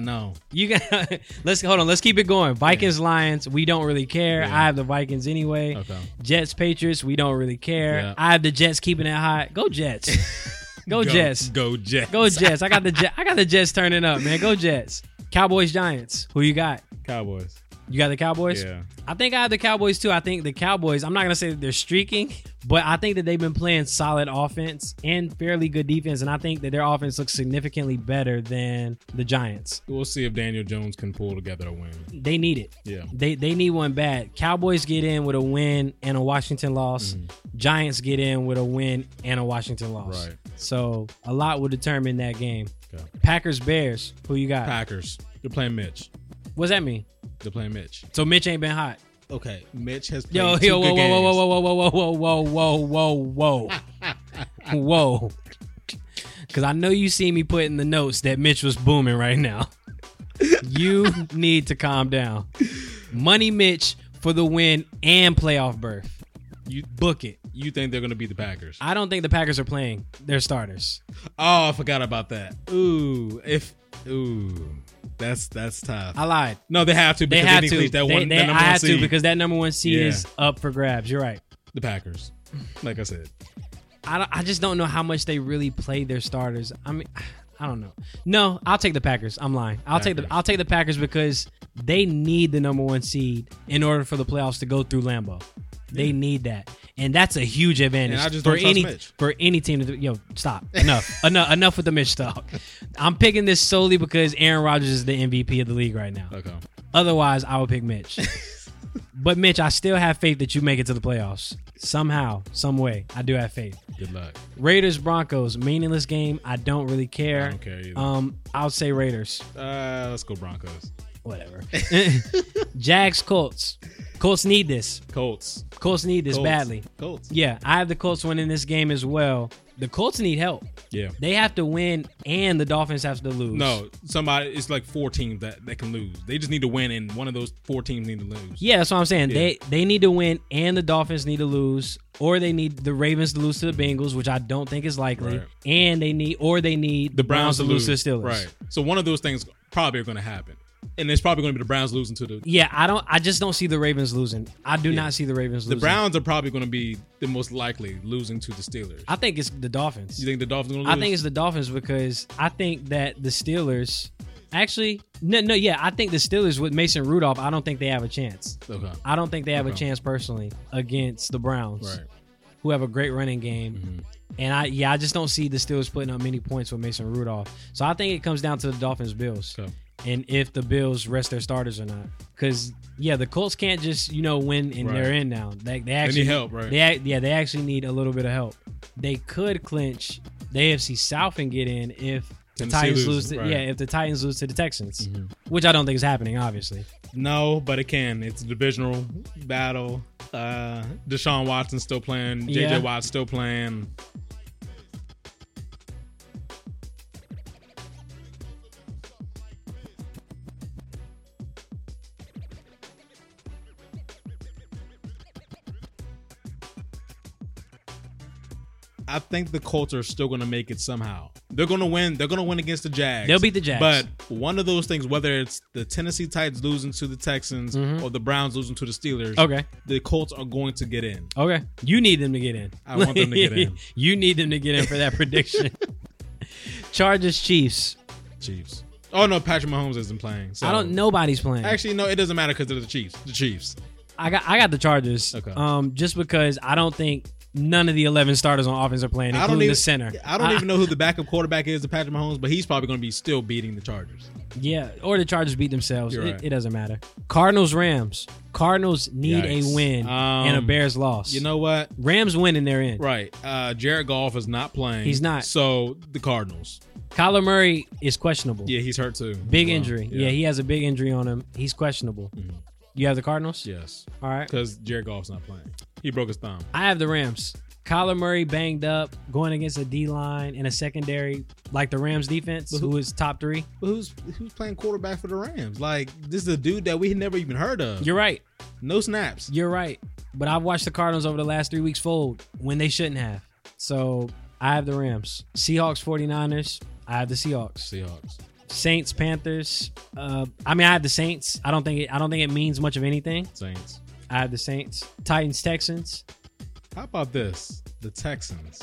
C: <laughs>
D: know.
C: You got. let's hold on. Let's keep it going. Vikings Lions. We don't really care.
D: Yeah.
C: I have the Vikings anyway.
D: Okay.
C: Jets Patriots. We don't really care.
D: Yeah.
C: I have the Jets keeping it hot. Go Jets. go, Jets.
D: Go Jets. <laughs>
C: Go Jets. I got the Jets. I got the Jets turning up, man. Go Jets. Cowboys Giants. Who you got?
D: Cowboys.
C: You got the Cowboys?
D: Yeah.
C: I think I have the Cowboys too. I think the Cowboys, I'm not going to say that they're streaking, but I think that they've been playing solid offense and fairly good defense. And I think that their offense looks significantly better than the Giants.
D: We'll see if Daniel Jones can pull together a win.
C: They need it.
D: Yeah.
C: They, they need one bad. Cowboys get in with a win and a Washington loss. Giants get in with a win and a Washington loss.
D: Mm-hmm. Right.
C: So a lot will determine that game.
D: Okay.
C: Packers Bears, who you got?
D: Packers. They're playing Mitch.
C: What's that mean?
D: They're playing Mitch.
C: So Mitch ain't been hot.
D: Okay. Mitch has played
C: Yo,
D: two
C: yo,
D: good
C: whoa, whoa,
D: games.
C: whoa, whoa, whoa, whoa, whoa, whoa, whoa, whoa, whoa,
D: <laughs>
C: whoa, whoa. Because I know you see me put in the notes that Mitch was booming right now. You need to calm down. Money Mitch for the win and playoff berth.
D: You
C: Book it.
D: you think they're going to beat the Packers?
C: I don't think the Packers are playing their starters.
D: Oh, I forgot about that. Ooh, if ooh, that's that's tough.
C: I lied.
D: no, they have to
C: They
D: because
C: have
D: need
C: to.
D: clinch
C: they,
D: that one.
C: they-
D: that
C: I
D: number one
C: have to
D: seed.
C: because that number one seed
D: Yeah.
C: is up for grabs. You're right.
D: the Packers, like I said,
C: I, don't- I just don't know how much they really play their starters. I mean, <sighs> I don't know. No, I'll take the Packers. I'm lying. I'll take the
D: Packers.
C: I'll take the Packers because they need the number one seed in order for the playoffs to go through Lambeau. They need that, and that's a huge advantage
D: And I just
C: for
D: don't trust
C: any
D: Mitch.
C: for any team. To, do- yo, stop. Enough. <laughs> enough. Enough with the Mitch talk. I'm picking this solely because Aaron Rodgers is the MVP of the league right now.
D: okay, <laughs>
C: Otherwise, I would pick Mitch. but Mitch, I still have faith that you make it to the playoffs. somehow, some way. I do have faith.
D: Good luck.
C: Raiders Broncos, meaningless game. I don't really care.
D: I don't care either.
C: Um, I'll say Raiders.
D: uh, let's go Broncos.
C: Whatever. <laughs> Jags Colts. Colts need this.
D: Colts.
C: Colts need this
D: Colts.
C: badly.
D: Colts.
C: Yeah, I have the Colts winning this game as well. The Colts need help.
D: Yeah.
C: They have to win, and the Dolphins have to lose.
D: No, somebody. It's like four teams that, that can lose. They just need to win, and one of those four teams need to lose.
C: Yeah, that's what I'm saying.
D: Yeah.
C: They they need to win, and the Dolphins need to lose, or they need the Ravens to lose to the Bengals, which I don't think is likely.
D: Right.
C: And they need, or they need
D: The Browns,
C: to lose to the Steelers.
D: lose Right. So one of those things probably are going to happen, and it's probably going to be the Browns losing to the.
C: Yeah, I don't. I just don't see the Ravens losing. I do not see the Ravens
D: The
C: losing.
D: Browns are probably going to be the most likely losing to the Steelers.
C: I think it's the Dolphins.
D: you think the Dolphins going to
C: I
D: lose?
C: think it's the Dolphins because I think that the Steelers. Actually, no, no, yeah, I think the Steelers with Mason Rudolph. I don't think they have a chance.
D: okay.
C: I don't think they have a
D: Okay.
C: chance personally against the Browns,
D: Right. Mm-hmm.
C: who have a great running game. And I, yeah, I just don't see the Steelers putting up many points with Mason Rudolph. So I think it comes down to the Dolphins, Bills,
D: Okay.
C: and if the Bills rest their starters or not. Because yeah, the Colts can't just you know win and
D: Right.
C: they're in now. They, they actually
D: help, right.
C: They ac- yeah, they actually need a little bit of help. They could clinch the AFC South and get in if. The
D: Tennessee
C: Titans lose,
D: loses,
C: to,
D: right. Mm-hmm.
C: yeah. If the Titans lose to the Texans, which I don't think is happening, obviously.
D: No, but it can. It's a divisional battle. Uh Deshaun Watson still playing. JJ
C: Yeah.
D: Watt still playing. I think the Colts are still going to make it somehow. They're going to win. They're going to win against the Jags.
C: They'll beat the Jags.
D: But one of those things, whether it's the Tennessee Titans losing to the Texans or the Browns losing to the Steelers,
C: Mm-hmm. Okay,
D: the Colts are going to get in.
C: okay. You need them to get in.
D: I want them to get in.
C: <laughs> you need them to get in for that prediction.
D: <laughs>
C: Chargers, Chiefs.
D: Chiefs. Oh no, Patrick Mahomes isn't playing. So.
C: I don't. Nobody's playing.
D: Actually, no, it doesn't matter because they're the Chiefs. The Chiefs.
C: I got I got the Chargers.
D: Okay.
C: Um, just because I don't think none of the eleven starters on offense are playing,
D: I
C: including
D: don't even
C: the center.
D: I don't even know who the backup quarterback is to Patrick Mahomes, but he's probably going to be still beating the Chargers.
C: Yeah, or the Chargers beat themselves. It,
D: You're right.
C: it doesn't matter. Cardinals Rams. Cardinals need
D: Yikes.
C: a win and a
D: Um,
C: Bears loss.
D: You know what?
C: Rams win and they're in.
D: Right. Uh Jared Goff is not playing.
C: He's not.
D: So the Cardinals.
C: Kyler Murray is questionable.
D: Yeah, he's hurt too.
C: Big
D: Wow.
C: injury. Yeah. he has a big injury on him. He's questionable.
D: Mm-hmm.
C: You have the Cardinals.
D: Yes.
C: All right.
D: Because Jared Goff's not playing. He broke his thumb.
C: I have the Rams. Kyler Murray banged up, going against a D line and a secondary like the Rams defense, who is top three.
D: But who's who's playing quarterback for the Rams? Like this is a dude that we had never even heard of.
C: You're right.
D: no snaps.
C: You're right. But I've watched the Cardinals over the last three weeks fold when they shouldn't have. So I have the Rams. Seahawks 49ers. I have the Seahawks.
D: Seahawks.
C: Saints, Panthers. Uh, I mean, I have the Saints. I don't think it, I don't think it means much of anything.
D: Saints.
C: I have the Saints. Titans, Texans.
D: How about this? The Texans.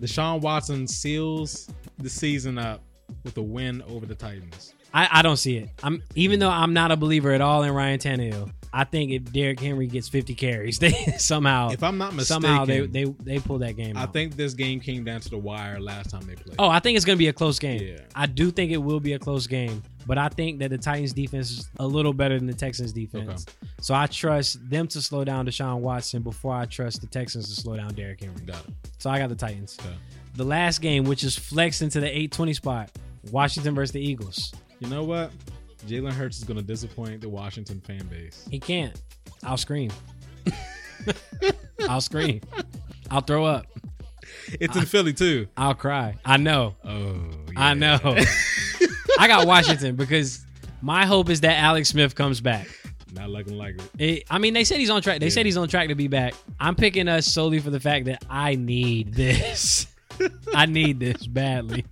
D: Deshaun Watson seals the season up with a win over the Titans.
C: I, I don't see it. I'm even though I'm not a believer at all in Ryan Tannehill. I think if Derrick Henry gets 50 carries, <laughs> they somehow
D: If I'm not mistaken,
C: Uh, somehow they they they pull that game.
D: I
C: out.
D: think this game came down to the wire last time they played.
C: Oh, I think it's going to be a close game.
D: Yeah.
C: I do think it will be a close game, but I think that the Titans defense is a little better than the Texans defense. So I trust them to slow down Deshaun Watson before I trust the Texans to slow down Derrick Henry.
D: got it.
C: So I got the Titans.
D: Okay.
C: The last game, which is flexed into the 820 spot, Washington versus the Eagles.
D: You know what? Jalen Hurts is going to disappoint the Washington fan base.
C: He can't. I'll
D: <laughs>
C: scream. I'll scream. I'll throw up.
D: It's in Philly too.
C: I'll cry. I know.
D: Oh,
C: I
D: yeah. <laughs>
C: know. I got Washington because my hope is that Alex Smith comes back.
D: Not looking like it.
C: It, I mean, they said he's on track. They said
D: Yeah.
C: he's on track to be back. I'm picking us solely for the fact that I need this. <laughs> I need this badly.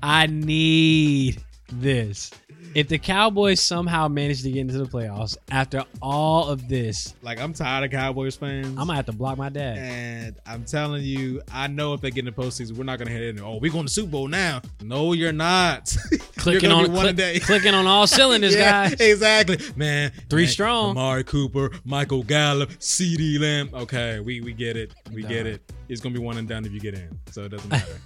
C: I need this. If the Cowboys somehow manage to get into the playoffs after all of this,
D: Like I'm tired of Cowboys fans.
C: I'm gonna have to block my dad.
D: And I'm telling you, I know if they get in the postseason, we're not gonna hit it. Oh, we're going to Super Bowl now. No, you're not. <laughs>
C: Clicking
D: you're
C: on
D: gonna be one
C: click-
D: day. <laughs>
C: clicking on all cylinders,
D: yeah,
C: guys.
D: exactly, man.
C: Three
D: man,
C: strong.
D: Amari Cooper, Michael Gallup, C.D. Lamb. Okay, we we get it. We get
C: Nah.
D: it. It's gonna be one and done if you get in, so it
C: <laughs>
D: doesn't matter.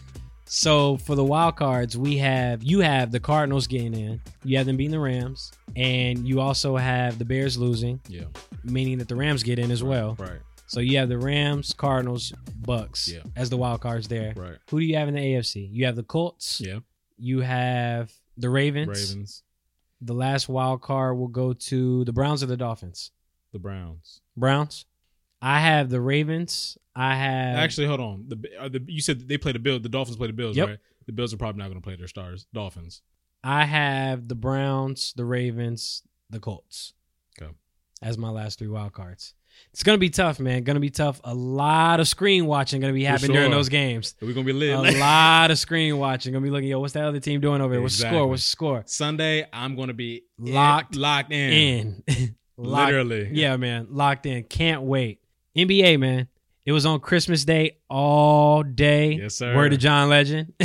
C: So for the wild cards, we have you have the Cardinals getting in. You have them beating the Rams, and you also have the Bears losing,
D: yeah,
C: meaning that the Rams get in as well.
D: right.
C: So you have the Rams, Cardinals, Bucks
D: Yeah.
C: as the wild cards there.
D: Right.
C: Who do you have in the AFC? You have the Colts.
D: Yeah.
C: You have the Ravens.
D: Ravens.
C: The last wild card will go to the Browns or the Dolphins.
D: The Browns.
C: Browns. I have the Ravens. I have
D: Actually, hold on. The, are the you said they play the Bills. The Dolphins play the Bills,
C: Yep.
D: right? The Bills are probably not going to play their stars. Dolphins.
C: I have the Browns, the Ravens, the Colts.
D: Okay.
C: As my last three wild cards. It's gonna be tough, man. Gonna be tough. A lot of screen watching gonna be
D: For
C: happening during
D: sure.
C: those games.
D: Are we going to be
C: A
D: <laughs> lit?
C: lot of screen watching. Gonna be looking, yo, what's that other team doing over there? What's the score?
D: Exactly.
C: What's the score?
D: Sunday, I'm going to be in-
C: Locked
D: locked in.
C: In. <laughs> Locked-
D: Literally.
C: Yeah, <laughs> man. Locked in. Can't wait. NBA, man. It was on Christmas Day all day.
D: Yes, sir.
C: Word to John Legend. <laughs>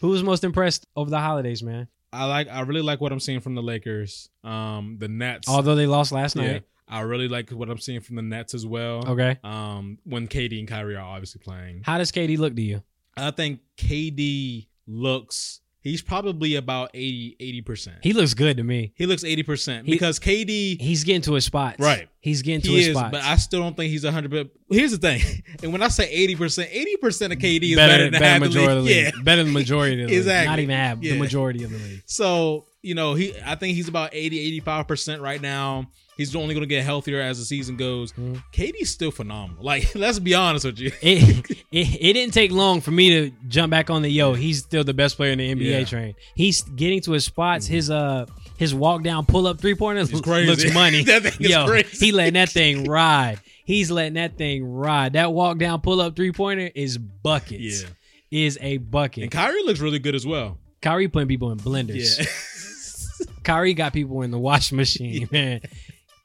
C: Who was most impressed over the holidays, man?
D: <laughs> I like. I really like what I'm seeing from the Lakers. Um, the Nets.
C: Although they lost last
D: Yeah.
C: night.
D: I really like what I'm seeing from the Nets as well.
C: Okay.
D: Um, when KD and Kyrie are obviously playing,
C: How does KD look to you?
D: I think KD looks. He's probably about 80 percent.
C: He looks good to me.
D: he looks eighty percent
C: He-
D: because KD
C: He's getting to his spots.
D: Right.
C: He's getting to
D: He
C: his
D: is,
C: spots.
D: but I still don't think he's hundred. But here's the thing, <laughs> and when I say eighty percent, eighty percent of KD is better, than half the league.
C: majority of the league.
D: Yeah.
C: Better than majority of
D: <laughs>
C: the league.
D: Exactly.
C: Not even half, the
D: Yeah.
C: majority of the league.
D: So you know, he I think he's about 80, 85 percent right now. He's only going to get healthier as the season goes.
C: Mhm.
D: KD's still phenomenal. <laughs> Like, let's be honest with you.
C: It, <laughs> it it didn't take long for me to jump back on the yo. He's still the best player in the NBA
D: Yeah.
C: train. He's getting to his spots. His uh his walk down pull up three pointers
D: It's crazy.
C: looks money.
D: <laughs> That thing is
C: yo,
D: crazy.
C: he letting that thing ride. He's letting that thing ride. That walk down pull up three pointer is buckets.
D: Yeah.
C: Is a bucket.
D: And Kyrie looks really good as well.
C: Kyrie putting people in blenders.
D: Yeah, <laughs>
C: Kyrie got people in the wash machine, man.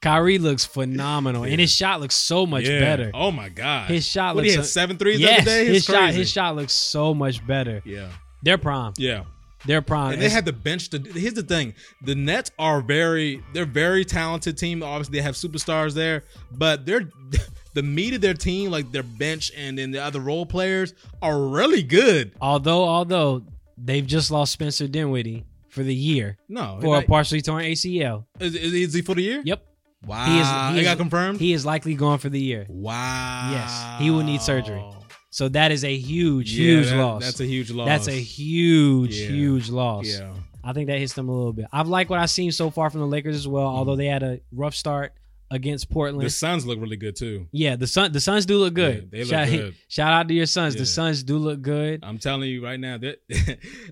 C: Kyrie looks phenomenal, and his shot looks so much
D: Yeah.
C: better.
D: Oh my god,
C: His shot
D: What
C: looks
D: he had
C: un-
D: seven threes
C: yes,
D: the other day.
C: his
D: It's crazy.
C: shot, his shot looks so much better.
D: Yeah,
C: They're prime.
D: yeah.
C: They're prime.
D: And they had the bench to. Here's the thing: the Nets are very, they're very talented team. Obviously, they have superstars there, but they're <laughs> the meat of their team, like their bench and then the other role players, are really good.
C: although, although they've just lost Spencer Dinwiddie for the year
D: No,
C: for a
D: like,
C: partially torn ACL.
D: is, is- is he for the year?
C: Yep,
D: Wow,
C: He
D: he,
C: is- he is-
D: got confirmed.
C: he is likely gone for the year.
D: wow.
C: Yes, he will need surgery. So that is a huge,
D: Yeah,
C: huge
D: that-
C: loss.
D: That's a huge loss.
C: That's a huge,
D: Yeah.
C: huge loss.
D: yeah.
C: I think that hits them a little bit. I've liked what I've seen so far from the Lakers as well, although they had a rough start against Portland.
D: Mm-hmm. The Suns look really good too.
C: yeah, the Sun the Suns do look good.
D: Yeah, they look
C: shout,
D: good.
C: <laughs> shout out to your Suns.
D: Yeah. Uh,
C: The Suns do look good.
D: I'm telling you right now that, <laughs>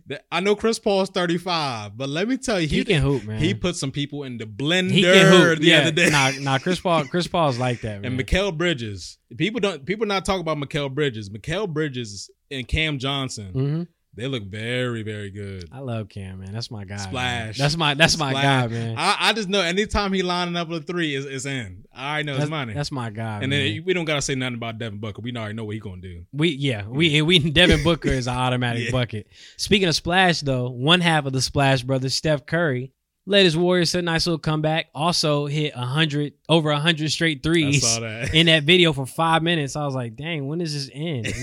D: that I know Chris Paul's 35, but let me tell you,
C: He, can hoop, man.
D: He put some people in the blender
C: He can hoop.
D: the
C: yeah.
D: other day.
C: Nah, nah, Chris Paul Chris Paul's like that, man.
D: <laughs> and Mikael Bridges. People don't people not talk about Mikael Bridges. Mikael Bridges and Cam Johnson,
C: hmm
D: they look very, very good.
C: I love Cam, man. That's my guy. man.
D: Splash.
C: That's my that's my
D: Splash.
C: guy, man.
D: I, I just know anytime he lining up with a three, it's, it's in. I know
C: that's,
D: it's money.
C: that's my guy.
D: and
C: man.
D: then we don't gotta say nothing about Devin Booker. We already know what he gonna do.
C: We yeah we we Devin Booker is an automatic
D: <laughs> Yeah.
C: bucket. Speaking of splash though, one half of the splash brothers, Steph Curry, led his Warriors to a nice little comeback. Also hit hundred over hundred straight
D: I
C: threes
D: saw that.
C: in that video for five minutes. I was like, dang, when does this end?
D: <laughs>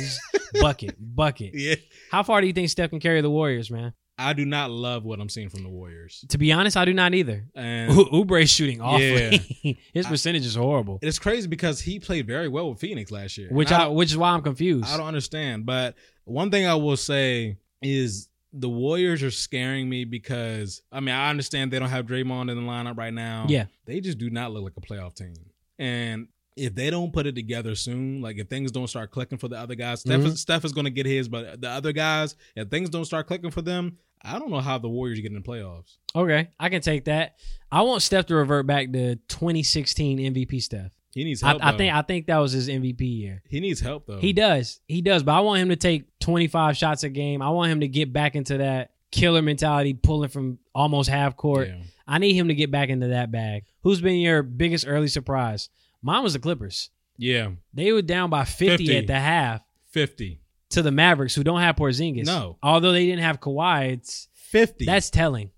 C: This is bucket, bucket.
D: <laughs> yeah.
C: How far do you think Steph can carry the Warriors, man?
D: I do not love what I'm seeing from the Warriors.
C: To be honest, I do not either.
D: And
C: U- Ubre's shooting awfully. <laughs> his percentage is horrible,
D: it's crazy because he played very well with Phoenix last year.
C: which
D: And
C: I, which is why I'm confused.
D: I don't understand. But one thing I will say is the Warriors are scaring me because I mean I understand they don't have Draymond in the lineup right now.
C: Yeah.
D: They just do not look like a playoff team. And if they don't put it together soon, like if things don't start clicking for the other guys, Steph,
C: Mhm.
D: is, Steph is going to get his, but the other guys, if things don't start clicking for them, I don't know how the Warriors get in the playoffs.
C: Okay, I can take that. I want Steph to revert back to 2016 MVP Steph.
D: He needs
C: I,
D: help.
C: I
D: though.
C: think I think that was his MVP year.
D: he needs help though.
C: He does, he does, but I want him to take 25 shots a game. I want him to get back into that killer mentality, pulling from almost half court.
D: Yeah.
C: I need him to get back into that bag. Who's been your biggest early surprise? Mine was the Clippers.
D: yeah,
C: They were down by 50,
D: 50.
C: at the half
D: fifty.
C: to the Mavericks, who don't have Porzingis.
D: No.
C: although they didn't have Kawhi, it's
D: 50.
C: that's telling.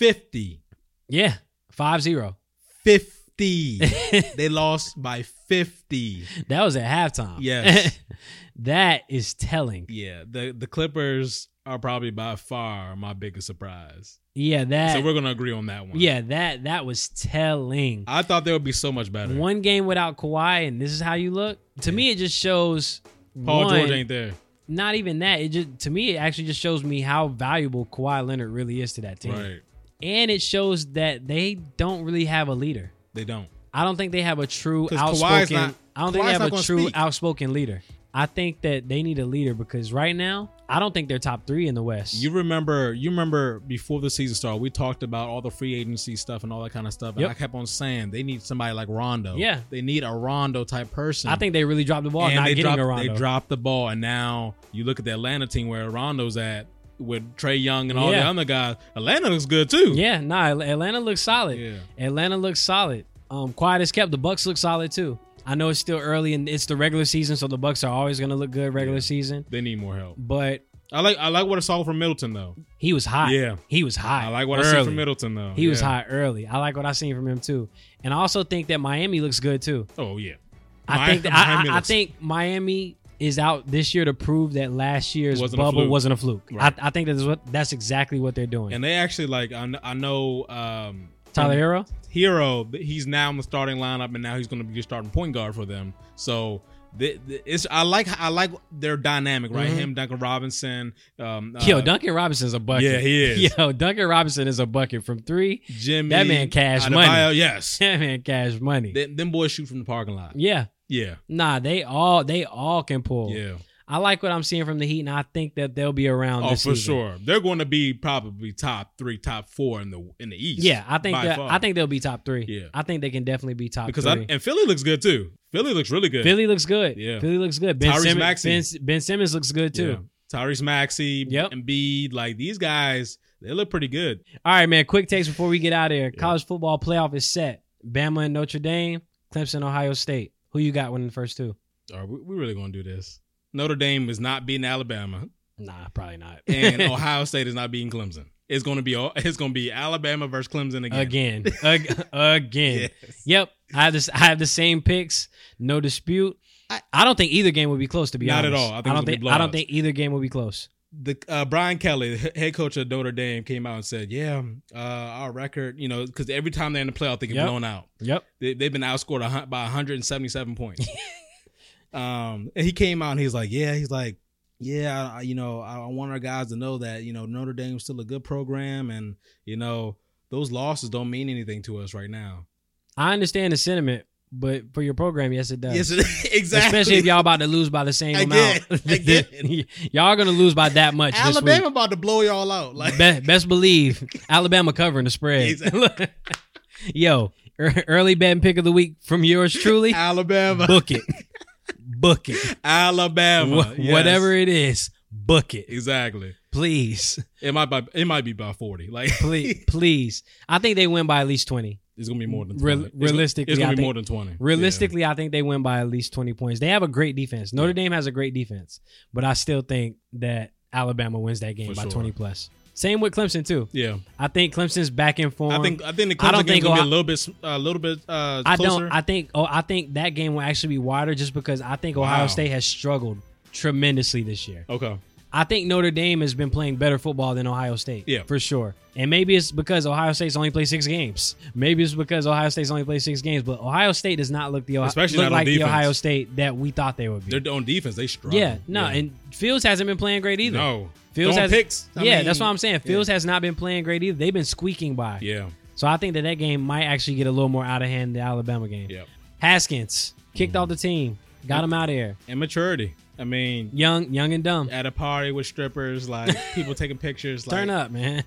D: 50.
C: Yeah, 5-0.
D: 50. <laughs> 50. they lost by 50.
C: That was at halftime.
D: Yes.
C: <laughs> that is telling.
D: Yeah, the the Clippers are probably by far my biggest surprise.
C: Yeah, that.
D: so we're gonna agree on that one.
C: yeah, that that was telling.
D: I thought they would be so much better.
C: One game without Kawhi, and this is how you look. To me, it just shows.
D: Paul
C: one,
D: George ain't there.
C: Not even that. It just to me, it actually just shows me how valuable Kawhi Leonard really is to that team,
D: Right.
C: and it shows that they don't really have a leader.
D: They don't.
C: I don't think they have a true
D: 'Cause Kawhi's
C: outspoken.
D: not-
C: I don't think
D: Kawhi's
C: they have
D: not
C: a
D: gonna
C: true
D: speak.
C: outspoken leader. I think that they need a leader because right now I don't think they're top three in the West.
D: You remember you remember before the season started, we talked about all the free agency stuff and all that kind of stuff. And
C: Yep.
D: I kept on saying they need somebody like Rondo.
C: Yeah.
D: They need a Rondo type person.
C: I think they really dropped the ball
D: and
C: not
D: they
C: getting
D: dropped,
C: a Rondo.
D: They dropped the ball, and now you look at the Atlanta team where Rondo's at with Trey Young and all
C: Yeah.
D: the other guys. Atlanta looks good too.
C: yeah, nah. Atl- Atlanta looks solid.
D: Yeah.
C: Atlanta looks solid. Um, quiet as kept. The Bucks look solid too. I know it's still early and it's the regular season, so the Bucks are always going to look good regular
D: Yeah.
C: season.
D: They need more help.
C: But
D: I like I like what I saw from Middleton though.
C: he was hot.
D: Yeah.
C: he was hot.
D: I like what I see
C: early.
D: from Middleton though.
C: He was
D: Yeah.
C: hot early. I like what I seen from him too, and I also think that Miami looks good too.
D: Oh yeah.
C: I
D: Mi-
C: think
D: <laughs>
C: that, I-
D: Miami
C: I, I,
D: looks-
C: think Miami is out this year to prove that last year's
D: Wasn't a
C: bubble
D: fluke.
C: wasn't a fluke.
D: Right.
C: I, I think that's what that's exactly what they're doing.
D: and they actually like I know, I know um,
C: Tyler Hero,
D: Hero. He's now in the starting lineup, and now he's going to be your starting point guard for them. So. The, the, it's I like I like their dynamic right
C: Mhm.
D: him Duncan Robinson um
C: yo,
D: uh,
C: Duncan Robinson's a bucket.
D: yeah, he
C: <laughs>
D: is.
C: Yo, Duncan Robinson is a bucket from three. <laughs>
D: Jimmy
C: That man cash
D: Adebayo,
C: money.
D: yes
C: That man cash money.
D: Them, them boys shoot from the parking lot.
C: yeah, Oh,
D: Yeah.
C: nah, they all they all can pull.
D: Yeah.
C: I like what I'm seeing from the Heat, and I think that they'll be around.
D: Oh,
C: this
D: for
C: season.
D: sure. They're going to be probably top three, top four in the in the East.
C: Yeah, I think
D: by
C: that,
D: far.
C: I think they'll be top three.
D: Yeah.
C: I think they can definitely be top
D: because
C: three.
D: I, and Philly looks good too. Philly looks really good.
C: Philly looks good.
D: Yeah.
C: Philly looks good. Ben
D: Tyrese
C: Simmons,
D: Maxey.
C: Ben, ben Simmons looks good too.
D: Yeah. Tyrese Maxey,
C: Yep.
D: Embiid, like these guys, they look pretty good.
C: All right, man. Quick takes before we get out of here. College football playoff is set. Bama and Notre Dame, Clemson, Ohio State. Who you got winning the first two?
D: Are we, we really going to do this? Notre Dame is not beating Alabama,
C: Nah, probably <laughs> not.
D: and <laughs> Ohio State is not beating Clemson. It's going to be all- it's going to be Alabama versus Clemson again.
C: again, Ag- again.
D: <laughs> Yes.
C: Yep. I have this. I have the same picks. No dispute. I, don't think either game would be close. To be
D: Not at
C: honest,
D: all. I think it's
C: don't
D: gonna be
C: think. I don't
D: blowouts.
C: think either game will be close.
D: the uh, Brian Kelly, h- head coach of Notre Dame, came out and said, "Yeah, uh, our record, you know, because every time they're in the playoff, they get
C: Yep.
D: blown out.
C: Yep.
D: They, they've been outscored a hun- by
C: <laughs>
D: 177 points." um, and he came out and he's like, "Yeah, he's like, yeah, I, I- you know, I, I want our guys to know that you know Notre Dame's still a good program, and you know those losses don't mean anything to us right now."
C: I understand the sentiment, but for your program, yes, it does.
D: Yes, <laughs> exactly.
C: Especially if y'all about to lose by the same
D: <laughs> Again.
C: amount. <laughs>
D: Again.
C: y'all are gonna lose by that much. this week.
D: Alabama about to blow y'all out, like
C: Be- best
D: <laughs>
C: believe Alabama covering the spread. <laughs>
D: Exactly.
C: Look. Yo, ear- early bet and pick of the week from yours truly.
D: Alabama,
C: book it. Book it.
D: Alabama,
C: Wha-
D: yes.
C: Whatever it is, book it.
D: Exactly.
C: Please.
D: It might by, it might be by forty. Like <laughs>
C: Please. please. I think they win by at least 20.
D: it's gonna be more than 20.
C: Real-
D: It's gonna-
C: realistically,
D: it's gonna
C: I
D: be
C: think-
D: more than twenty.
C: Realistically, I think they win by at least 20 points. They have a great defense. Notre
D: Yeah.
C: Dame has a great defense, but I still think that Alabama wins that game
D: For
C: by
D: sure.
C: 20 plus. Same with Clemson too.
D: yeah.
C: I think Clemson's back in form.
D: yeah. I think I think the
C: I
D: Clemson
C: don't
D: game's
C: think
D: gonna be
C: Ohio-
D: a little bit a little bit uh,
C: I
D: closer.
C: don't. I think. Oh, I think that game will actually be wider just because I think Ohio
D: Wow.
C: State has struggled tremendously this year.
D: okay.
C: I think Notre Dame has been playing better football than Ohio State.
D: Yeah.
C: for sure. And maybe it's because Ohio State's only played six games. Maybe it's because Ohio State's only played six games. But Ohio State does not look the Ohio,
D: Especially
C: look
D: not on
C: like the
D: defense.
C: Ohio State that we thought they would be.
D: They're on defense. They struggle.
C: yeah, no, and Fields hasn't been playing great either.
D: no.
C: Fields has
D: Throwing picks. I
C: yeah,
D: mean,
C: that's what I'm saying. Fields has not been playing great either. They've been squeaking by.
D: Yeah.
C: So I think that that game might actually get a little more out of hand. than The Alabama game.
D: Yeah.
C: Haskins kicked off the team, got him out of there.
D: Immaturity. I mean,
C: Young, young and dumb.
D: at a party with
C: <laughs>
D: strippers, like people taking pictures. Like,
C: Turn up, man.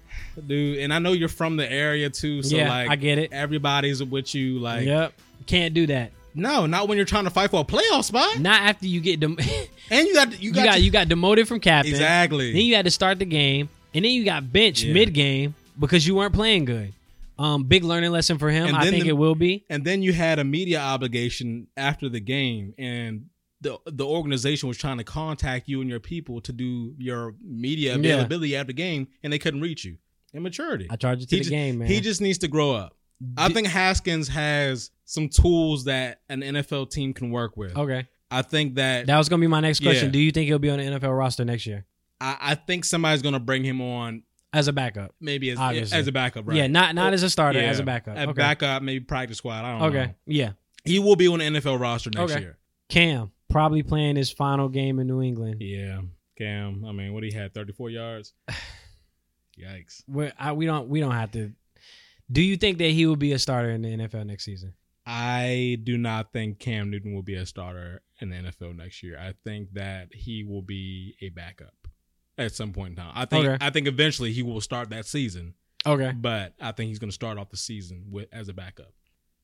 D: dude. And I know you're from the area too, so
C: yeah,
D: like
C: I get it.
D: everybody's with you. Like,
C: yep, can't do that.
D: no, not when you're trying to fight for a playoff spot.
C: Not after you get dem- <laughs> you,
D: And you got you got,
C: got you got demoted from captain.
D: exactly.
C: Then you had to start the game, and then you got benched
D: Yeah.
C: mid game because you weren't playing good. Um, big learning lesson for him.
D: And
C: I
D: then
C: think
D: the-
C: it will be.
D: and then you had a media obligation after the game and the the organization was trying to contact you and your people to do your media
C: Yeah.
D: availability after the game and they couldn't reach you immaturity
C: I charge it to the
D: he just,
C: game, man.
D: he just needs to grow up I think Haskins has some tools that an NFL team can work with.
C: Okay,
D: I think that,
C: Oh. that was gonna be my next question.
D: Yeah.
C: Do you think he'll be on the NFL roster next year
D: I, I think somebody's going to bring him on
C: as a backup?
D: maybe as,
C: Obviously.
D: as a backup, right?
C: Yeah, not not as a starter,
D: Yeah.
C: as a backup.
D: At
C: okay.
D: backup, maybe practice squad. I don't
C: okay.
D: know.
C: Yeah.
D: He will be on the NFL roster next
C: Okay.
D: year.
C: Cam probably playing his final game in New England.
D: Yeah. Cam, I mean, what he had?
C: <sighs>
D: 34 yards? Yikes.
C: We're, I, we don't we don't have to. Do you think that he will be a starter in the NFL next season?
D: I do not think Cam Newton will be a starter in the NFL next year. I think that he will be a backup at some point in time. I think
C: Okay.
D: I think eventually he will start that season,
C: Okay.
D: but I think he's going to start off the season with as a backup.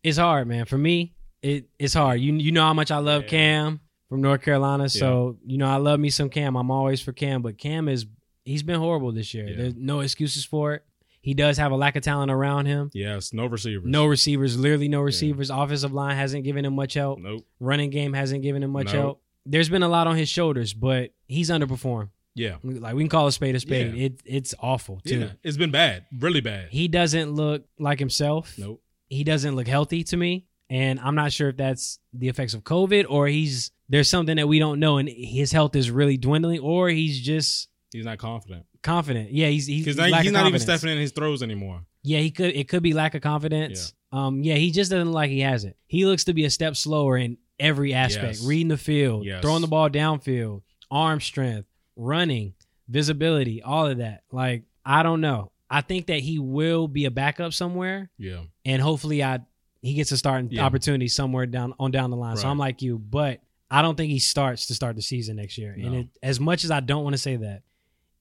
C: it's hard, man. For me, it it's hard. You you know how much I love
D: Yeah.
C: Cam from North Carolina, so you know I love me some Cam. I'm always for Cam, but Cam is he's been horrible this year.
D: Yeah.
C: There's no excuses for it. He does have a lack of talent around him.
D: Yes, no receivers.
C: No receivers, literally no receivers. Offensive line hasn't given him much help.
D: Nope.
C: Running game hasn't given him much
D: Nope.
C: help. There's been a lot on his shoulders, but he's underperformed.
D: Yeah.
C: Like we can call a spade a spade.
D: Yeah.
C: It it's awful too.
D: Yeah. It's been bad. Really bad.
C: He doesn't look like himself
D: nope.
C: he doesn't look healthy to me and i'm not sure if that's the effects of covid or he's there's something that we don't know and his health is really dwindling or he's just
D: He's not confident.
C: confident yeah he's he's,
D: Because
C: lack of
D: he's not even
C: confidence.
D: stepping in his throws anymore.
C: yeah he could it could be lack of confidence um yeah he just doesn't look like he has it he looks to be a step slower in every aspect
D: Yes.
C: reading the field
D: Yes.
C: throwing the ball downfield arm strength running visibility all of that like i don't know i think that he will be a backup somewhere
D: Yeah.
C: and hopefully I he gets a starting
D: Yeah.
C: opportunity somewhere down on down the line. So
D: Right.
C: I'm like you, but I don't think he starts to start the season next year. And
D: No.
C: it, as much as I don't want to say that,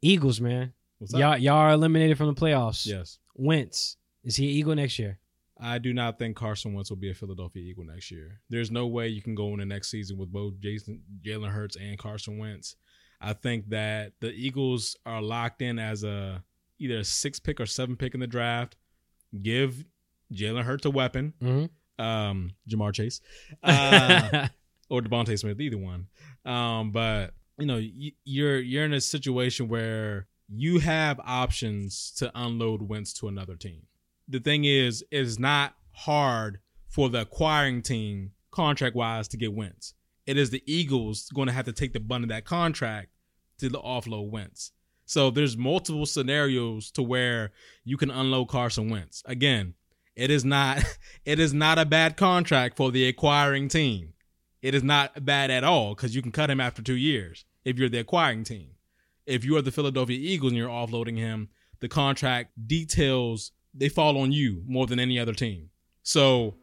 C: Eagles man,
D: What's up?
C: y'all y'all are eliminated from the playoffs.
D: Yes.
C: Wentz is he an Eagle next year?
D: I do not think Carson Wentz will be a Philadelphia Eagle next year. There's no way you can go into next season with both Jason Jalen Hurts and Carson Wentz. I think that the Eagles are locked in as a either a six pick or seven pick in the draft. Give Jalen Hurts a weapon,
C: Mm-hmm.
D: um, Jamar Chase, uh,
C: <laughs>
D: or Devontae Smith, either one. Um, but you know, y- you're you're in a situation where you have options to unload Wentz to another team. The thing is, it's not hard for the acquiring team contract wise to get Wentz. It is the Eagles going to have to take the bunt of that contract to the offload Wentz. So there's multiple scenarios to where you can unload Carson Wentz. Again, it is not <laughs> it is not a bad contract for the acquiring team it is not bad at all because you can cut him after two years if you're the acquiring team. If you are the Philadelphia Eagles and you're offloading him, the contract details they fall on you more than any other team. So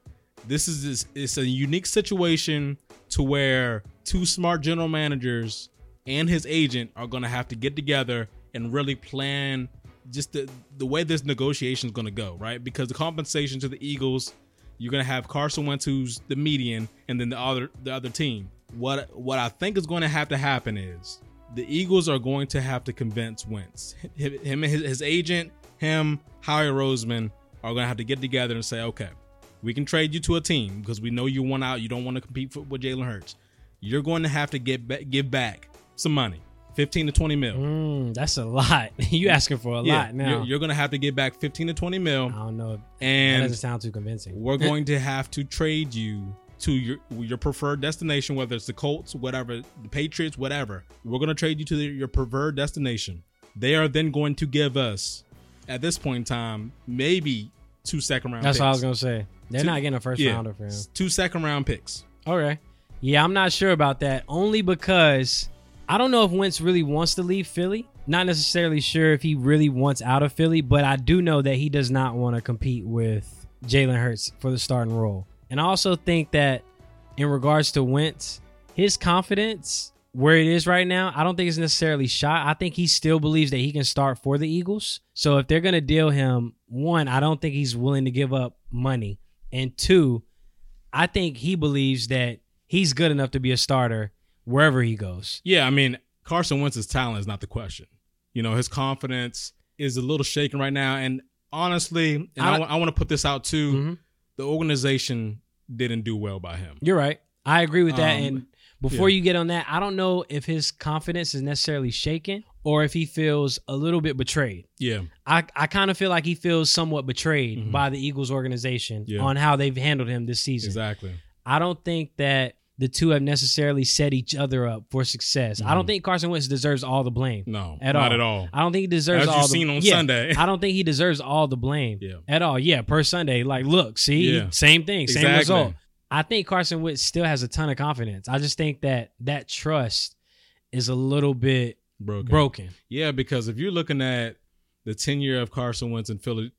D: this is this, it's a unique situation to where two smart general managers and his agent are going to have to get together and really plan just the, the way this negotiation is going to go, right? Because the compensation to the Eagles you're gonna have Carson Wentz, who's the median, and then the other the other team. What what I think is going to have to happen is the Eagles are going to have to convince Wentz, him, him and his, his agent, him, Howie Roseman are gonna have to get together and say, okay, we can trade you to a team because we know you want out. You don't want to compete for, with Jalen Hurts. You're going to have to get ba- give back some money, fifteen to twenty mil.
C: Mm, that's a lot. <laughs> you asking for a
D: Yeah,
C: lot now.
D: You're, you're gonna have to get back fifteen to twenty mil,
C: I don't know. that
D: and
C: doesn't sound too convincing.
D: we're going to have to trade you to your your preferred destination, whether it's the Colts, whatever, the Patriots, whatever. We're going to trade you to the, your preferred destination. They are then going to give us, at this point in time, maybe two second round.
C: That's
D: picks.
C: what I was gonna say. They're
D: Two-
C: not getting a first
D: Yeah.
C: rounder for him.
D: Two second round picks.
C: Okay. Yeah, I'm not sure about that. Only because I don't know if Wentz really wants to leave Philly. Not necessarily sure if he really wants out of Philly, but I do know that he does not want to compete with Jalen Hurts for the starting role. And I also think that in regards to Wentz, his confidence where it is right now, I don't think it's necessarily shot. I think he still believes that he can start for the Eagles. So if they're going to deal him, one, I don't think he's willing to give up money. And two, I think he believes that he's good enough to be a starter wherever he goes.
D: Yeah, I mean Carson Wentz's talent is not the question. You know his confidence is a little shaken right now, and honestly, and I,
C: I-
D: want to put this out too.
C: Mhm.
D: The organization didn't do well by him.
C: You're right. I agree with that.
D: Um,
C: and before
D: yeah.
C: you get on that, I don't know if his confidence is necessarily shaken or if he feels a little bit betrayed.
D: Yeah.
C: I, I kind of feel like he feels somewhat betrayed
D: Mhm.
C: by the Eagles organization
D: Yeah.
C: on how they've handled him this season.
D: Exactly.
C: I don't think that the two have necessarily set each other up for success. I don't
D: Mhm.
C: think Carson Wentz deserves all the blame.
D: No.
C: At
D: not
C: all.
D: at all.
C: I don't think he deserves
D: As
C: all
D: you
C: the
D: seen on
C: yeah,
D: Sunday.
C: I don't think he deserves all the blame
D: <laughs> Yeah.
C: at all. Yeah, per Sunday. Like, look, see,
D: Yeah.
C: same thing, same
D: Exactly.
C: result. I think Carson Wentz still has a ton of confidence. I just think that that trust is a little bit
D: Broken.
C: broken.
D: Yeah, because if you're looking at the tenure of Carson Wentz in Philly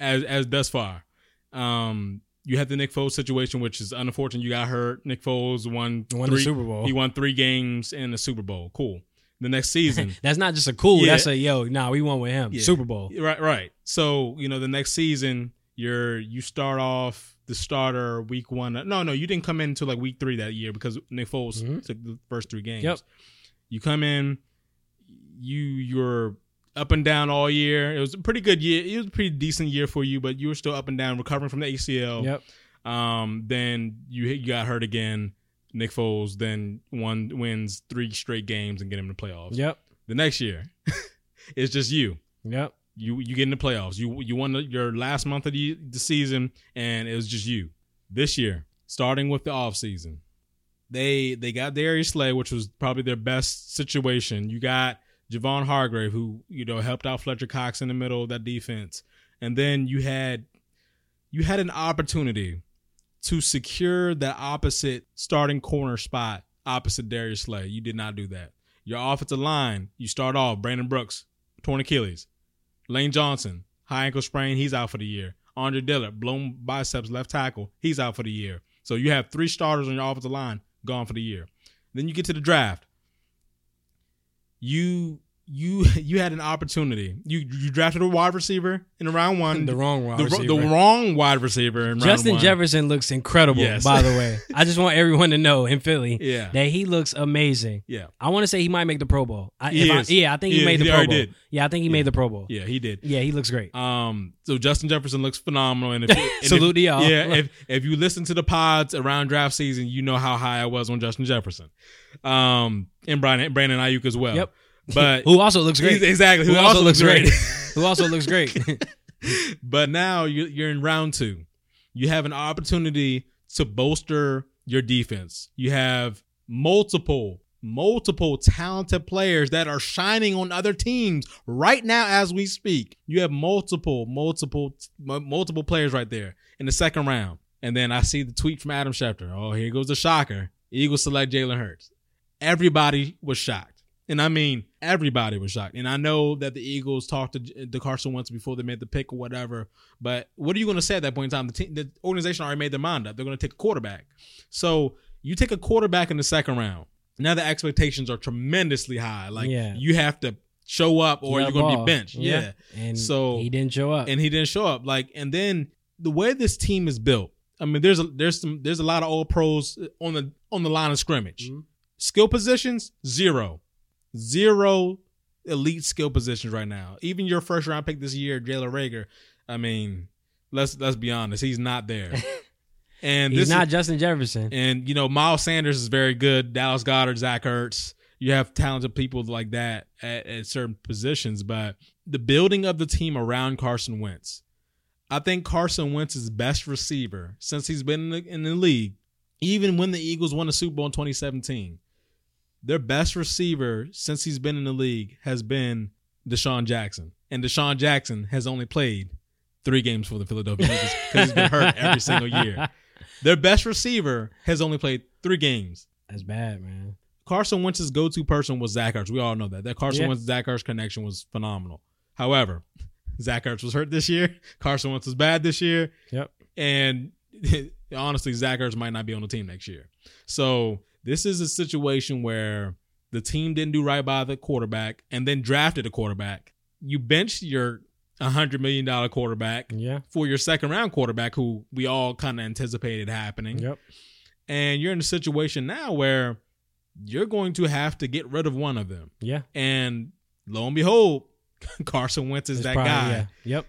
D: as as thus far, um, you had the Nick Foles situation, which is unfortunate. You got hurt. Nick Foles won,
C: Won the
D: three,
C: Super Bowl.
D: He won three games in the Super Bowl. Cool. The
C: <laughs>
D: next season,
C: That's not just a cool.
D: Yeah.
C: That's a yo. Nah, we won with him.
D: Yeah.
C: Super Bowl.
D: right, right. So you know the next season, you're you start off the starter week one. No, no, you didn't come in until like week three that year because Nick Foles
C: Mhm.
D: took the first three games.
C: Yep.
D: You come in, you you're up and down all year. It was a pretty good year. It was a pretty decent year for you, but you were still up and down, recovering from the ACL.
C: Yep.
D: Um, then you hit, you got hurt again. Nick Foles then one wins three straight games and get him to playoffs.
C: Yep.
D: The next year, <laughs> it's just you.
C: Yep.
D: You you get in the playoffs. You you won the, your last month of the, the season, and it was just you. This year, starting with the offseason, they they got Darius Slay, which was probably their best situation. You got Javon Hargrave, who you know helped out Fletcher Cox in the middle of that defense, and then you had you had an opportunity to secure that opposite starting corner spot opposite Darius Slay. You did not do that. Your offensive line, you start off Brandon Brooks, torn Achilles. Lane Johnson, high ankle sprain, he's out for the year. Andre Dillard, blown biceps, left tackle, he's out for the year. So you have three starters on your offensive line gone for the year. Then you get to the draft. You you <laughs> you had an opportunity. You you drafted a wide receiver in
C: <laughs>
D: round one.
C: The wrong wide
D: the,
C: receiver.
D: the wrong wide receiver in
C: Justin
D: round one.
C: Jefferson looks incredible.
D: Yes.
C: By the
D: <laughs>
C: way, I just want everyone to know in Philly
D: Yeah.
C: that he looks amazing.
D: Yeah.
C: I want to say he might make the Pro Bowl. I,
D: He
C: if I-
D: is.
C: yeah, I think he,
D: He is.
C: made the
D: He
C: Pro
D: already
C: Bowl.
D: did.
C: Yeah, I think he made the Pro Bowl. Yeah.
D: Yeah, he did.
C: he looks great.
D: Um, so Justin Jefferson looks phenomenal, and if, and if-
C: Salute to y'all.
D: Yeah, if if you listen to the pods around draft season, you know how high I was on Justin Jefferson, um, and Brian Brandon Ayuk as well.
C: Yep. <laughs>
D: but
C: Who also looks great.
D: exactly who, also, looks great.
C: Who also looks great.
D: but now you- you're in round two. You have an opportunity to bolster your defense. You have multiple, multiple talented players that are shining on other teams right now as we speak. You have multiple, multiple, m- multiple players right there in the second round. And then I see the tweet from Adam Schefter. Oh, here goes the shocker. Eagles select Jalen Hurts. Everybody was shocked. And I mean, everybody was shocked. And I know that the Eagles talked to, to Carson once before they made the pick or whatever. But what are you going to say at that point in time? The, team, the organization already made their mind up. They're going to take a quarterback. So you take a quarterback in the second round. Now the expectations are tremendously high. Like
C: Yeah.
D: you have to show up <laughs> or
C: Got
D: you're going to be
C: ball.
D: benched. yeah.
C: And
D: So-
C: he didn't show up.
D: And he didn't show up. Like, and then the way this team is built, I mean, there's a there's some there's a lot of all pros on the on the line of scrimmage.
C: Mhm.
D: Skill positions, zero. Zero elite skill positions right now. Even your first round pick this year, Jalen Rager, I mean, let's let's be honest, he's
C: <laughs>
D: not there. And
C: He's
D: this
C: not
D: is,
C: Justin Jefferson.
D: and you know, Miles Sanders is very good. Dallas Goddard, Zach Ertz. You have talented people like that at, at certain positions, but the building of the team around Carson Wentz. I think Carson Wentz's best receiver since he's been in the, in the league, even when the Eagles won the Super Bowl in 2017, their best receiver since he's been in the league has been Deshaun Jackson. And Deshaun Jackson has only played three games for the Philadelphia Eagles because he's been
C: <laughs>
D: hurt every single year. Their best receiver has only played three games.
C: That's bad, man.
D: Carson Wentz's go-to person was Zach Ertz. We all know that. That Carson
C: Yeah.
D: Wentz Zach Ertz connection was phenomenal. However, <laughs> Zach Ertz was hurt this year. <laughs> Carson Wentz was bad this year.
C: Yep.
D: And <laughs> honestly, Zach Ertz might not be on the team next year. So this is a situation where the team didn't do right by the quarterback and then drafted a quarterback. You benched your $100 million quarterback
C: Yeah.
D: for your second round quarterback, who we all kind of anticipated happening
C: Yep.
D: and you're in a situation now where you're going to have to get rid of one of them.
C: Yeah.
D: And lo and behold, <laughs> Carson Wentz is
C: It's
D: that
C: probably-
D: guy.
C: yeah. Yep.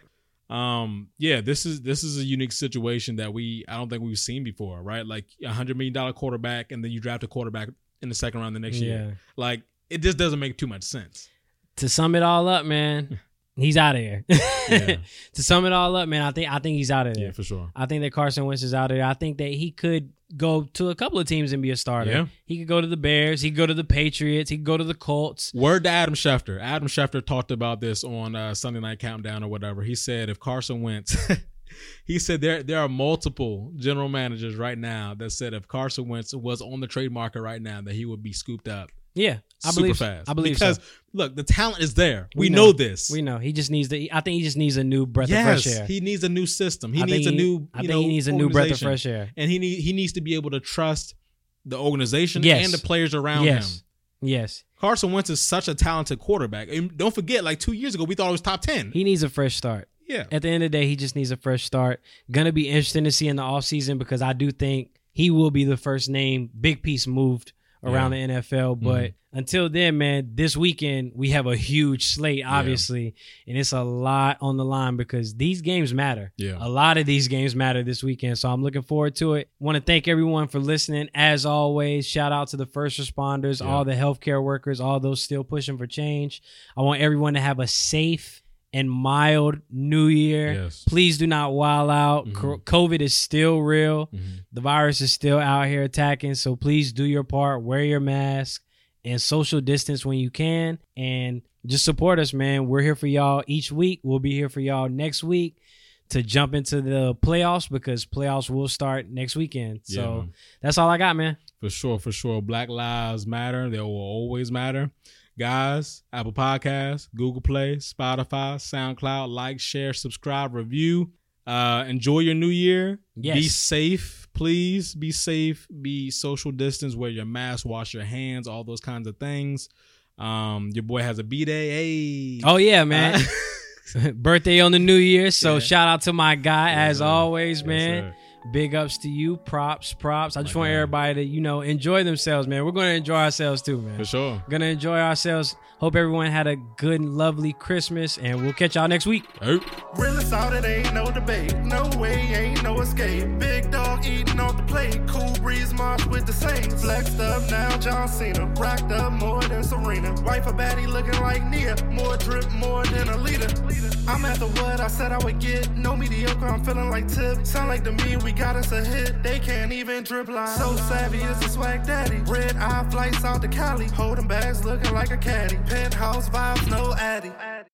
D: Um, yeah, this is this is a unique situation that we I don't think we've seen before, right? Like a hundred million dollar quarterback, and then you draft a quarterback in the second round the next year.
C: Yeah.
D: Like it just doesn't make too much sense.
C: to sum it all up, man, he's out of here. <laughs>
D: Yeah.
C: to sum it all up, man, I think I think he's out of there.
D: yeah, for sure.
C: I think that Carson Wentz is out of there. I think that he could go to a couple of teams and be a starter.
D: Yeah.
C: He could go to the Bears. He could go to the Patriots. He could go to the Colts.
D: Word to Adam Schefter. Adam Schefter talked about this on uh, Sunday Night Countdown or whatever. He said if Carson Wentz, <laughs> he said there there are multiple general managers right now that said if Carson Wentz was on the trade market right now that he would be scooped up
C: Yeah, I
D: super
C: believe
D: fast.
C: I believe
D: because
C: so.
D: look, the talent is there.
C: We
D: We,
C: know.
D: know. this.
C: We know he just needs the. I think he just needs a new breath of
D: yes,
C: fresh air.
D: he needs a new system. He
C: I
D: needs a
C: think
D: new.
C: I
D: you
C: think
D: know,
C: he needs a new breath of
D: organization.
C: fresh air.
D: and he need, he needs to be able to trust the organization
C: Yes.
D: and the players around
C: yes,
D: him.
C: yes,
D: Carson Wentz is such a talented quarterback. And don't forget, like two years ago, we thought he was top ten.
C: he needs a fresh start.
D: yeah,
C: At the end of the day, he just needs a fresh start. Gonna be interesting to see in the offseason because I do think he will be the first name big piece moved around the
D: Mm-hmm.
C: NFL. But until then, man, this weekend we have a huge slate, obviously, and it's a lot on the line because these games matter.
D: Yeah.
C: A lot of these games matter this weekend. So I'm looking forward to it. Want to thank everyone for listening. As always, shout out to the first responders, all the healthcare workers, all those still pushing for change. I want everyone to have a safe and mild new year.
D: Yes. Mm-hmm.
C: Please do not wild out. Co- COVID is still real. The virus is still out here attacking. So please do your part. Wear your mask and social distance when you can. And just support us, man. We're here for y'all each week. We'll be here for y'all next week to jump into the playoffs because playoffs will start next weekend.
D: Yeah,
C: So
D: man.
C: that's all I got, man.
D: for sure, for sure. Black lives matter. They will always matter. Guys, Apple Podcasts, Google Play, Spotify, SoundCloud, like, share, subscribe, review. Uh, enjoy your new year.
C: Yes.
D: Be safe, please. Be safe. Be social distance. Wear your mask. Wash your hands. All those kinds of things. Um, your boy has a b day. Hey.
C: Oh, yeah,
D: <laughs>
C: man. <laughs>
D: Uh,
C: Birthday on the new year. So
D: Yeah.
C: shout out to my guy, as
D: sir.
C: always,
D: Yes,
C: man.
D: sir.
C: Big ups to you. Props, props. I just
D: My
C: want
D: God.
C: everybody to, you know, enjoy themselves, man. We're going to enjoy ourselves too, man.
D: for sure.
C: Gonna enjoy ourselves. Hope everyone had a good, and lovely Christmas, and we'll catch y'all next week.
D: Hey.
B: Really solid, ain't no debate. No way, ain't no escape. Big dog eating on the plate. Cool breeze march with the Saints. Flexed up now, John Cena. Racked up more than Serena. Wife a baddie looking like Nia. More drip, more than a leader. I'm at the what I said I would get. No mediocre, I'm feeling like Tip. Sound like to me, we got us a hit. They can't even drip line. So savvy is a swag daddy. Red eye flights out to Cali. Holding bags looking like a caddy. Penthouse vibes, no addy.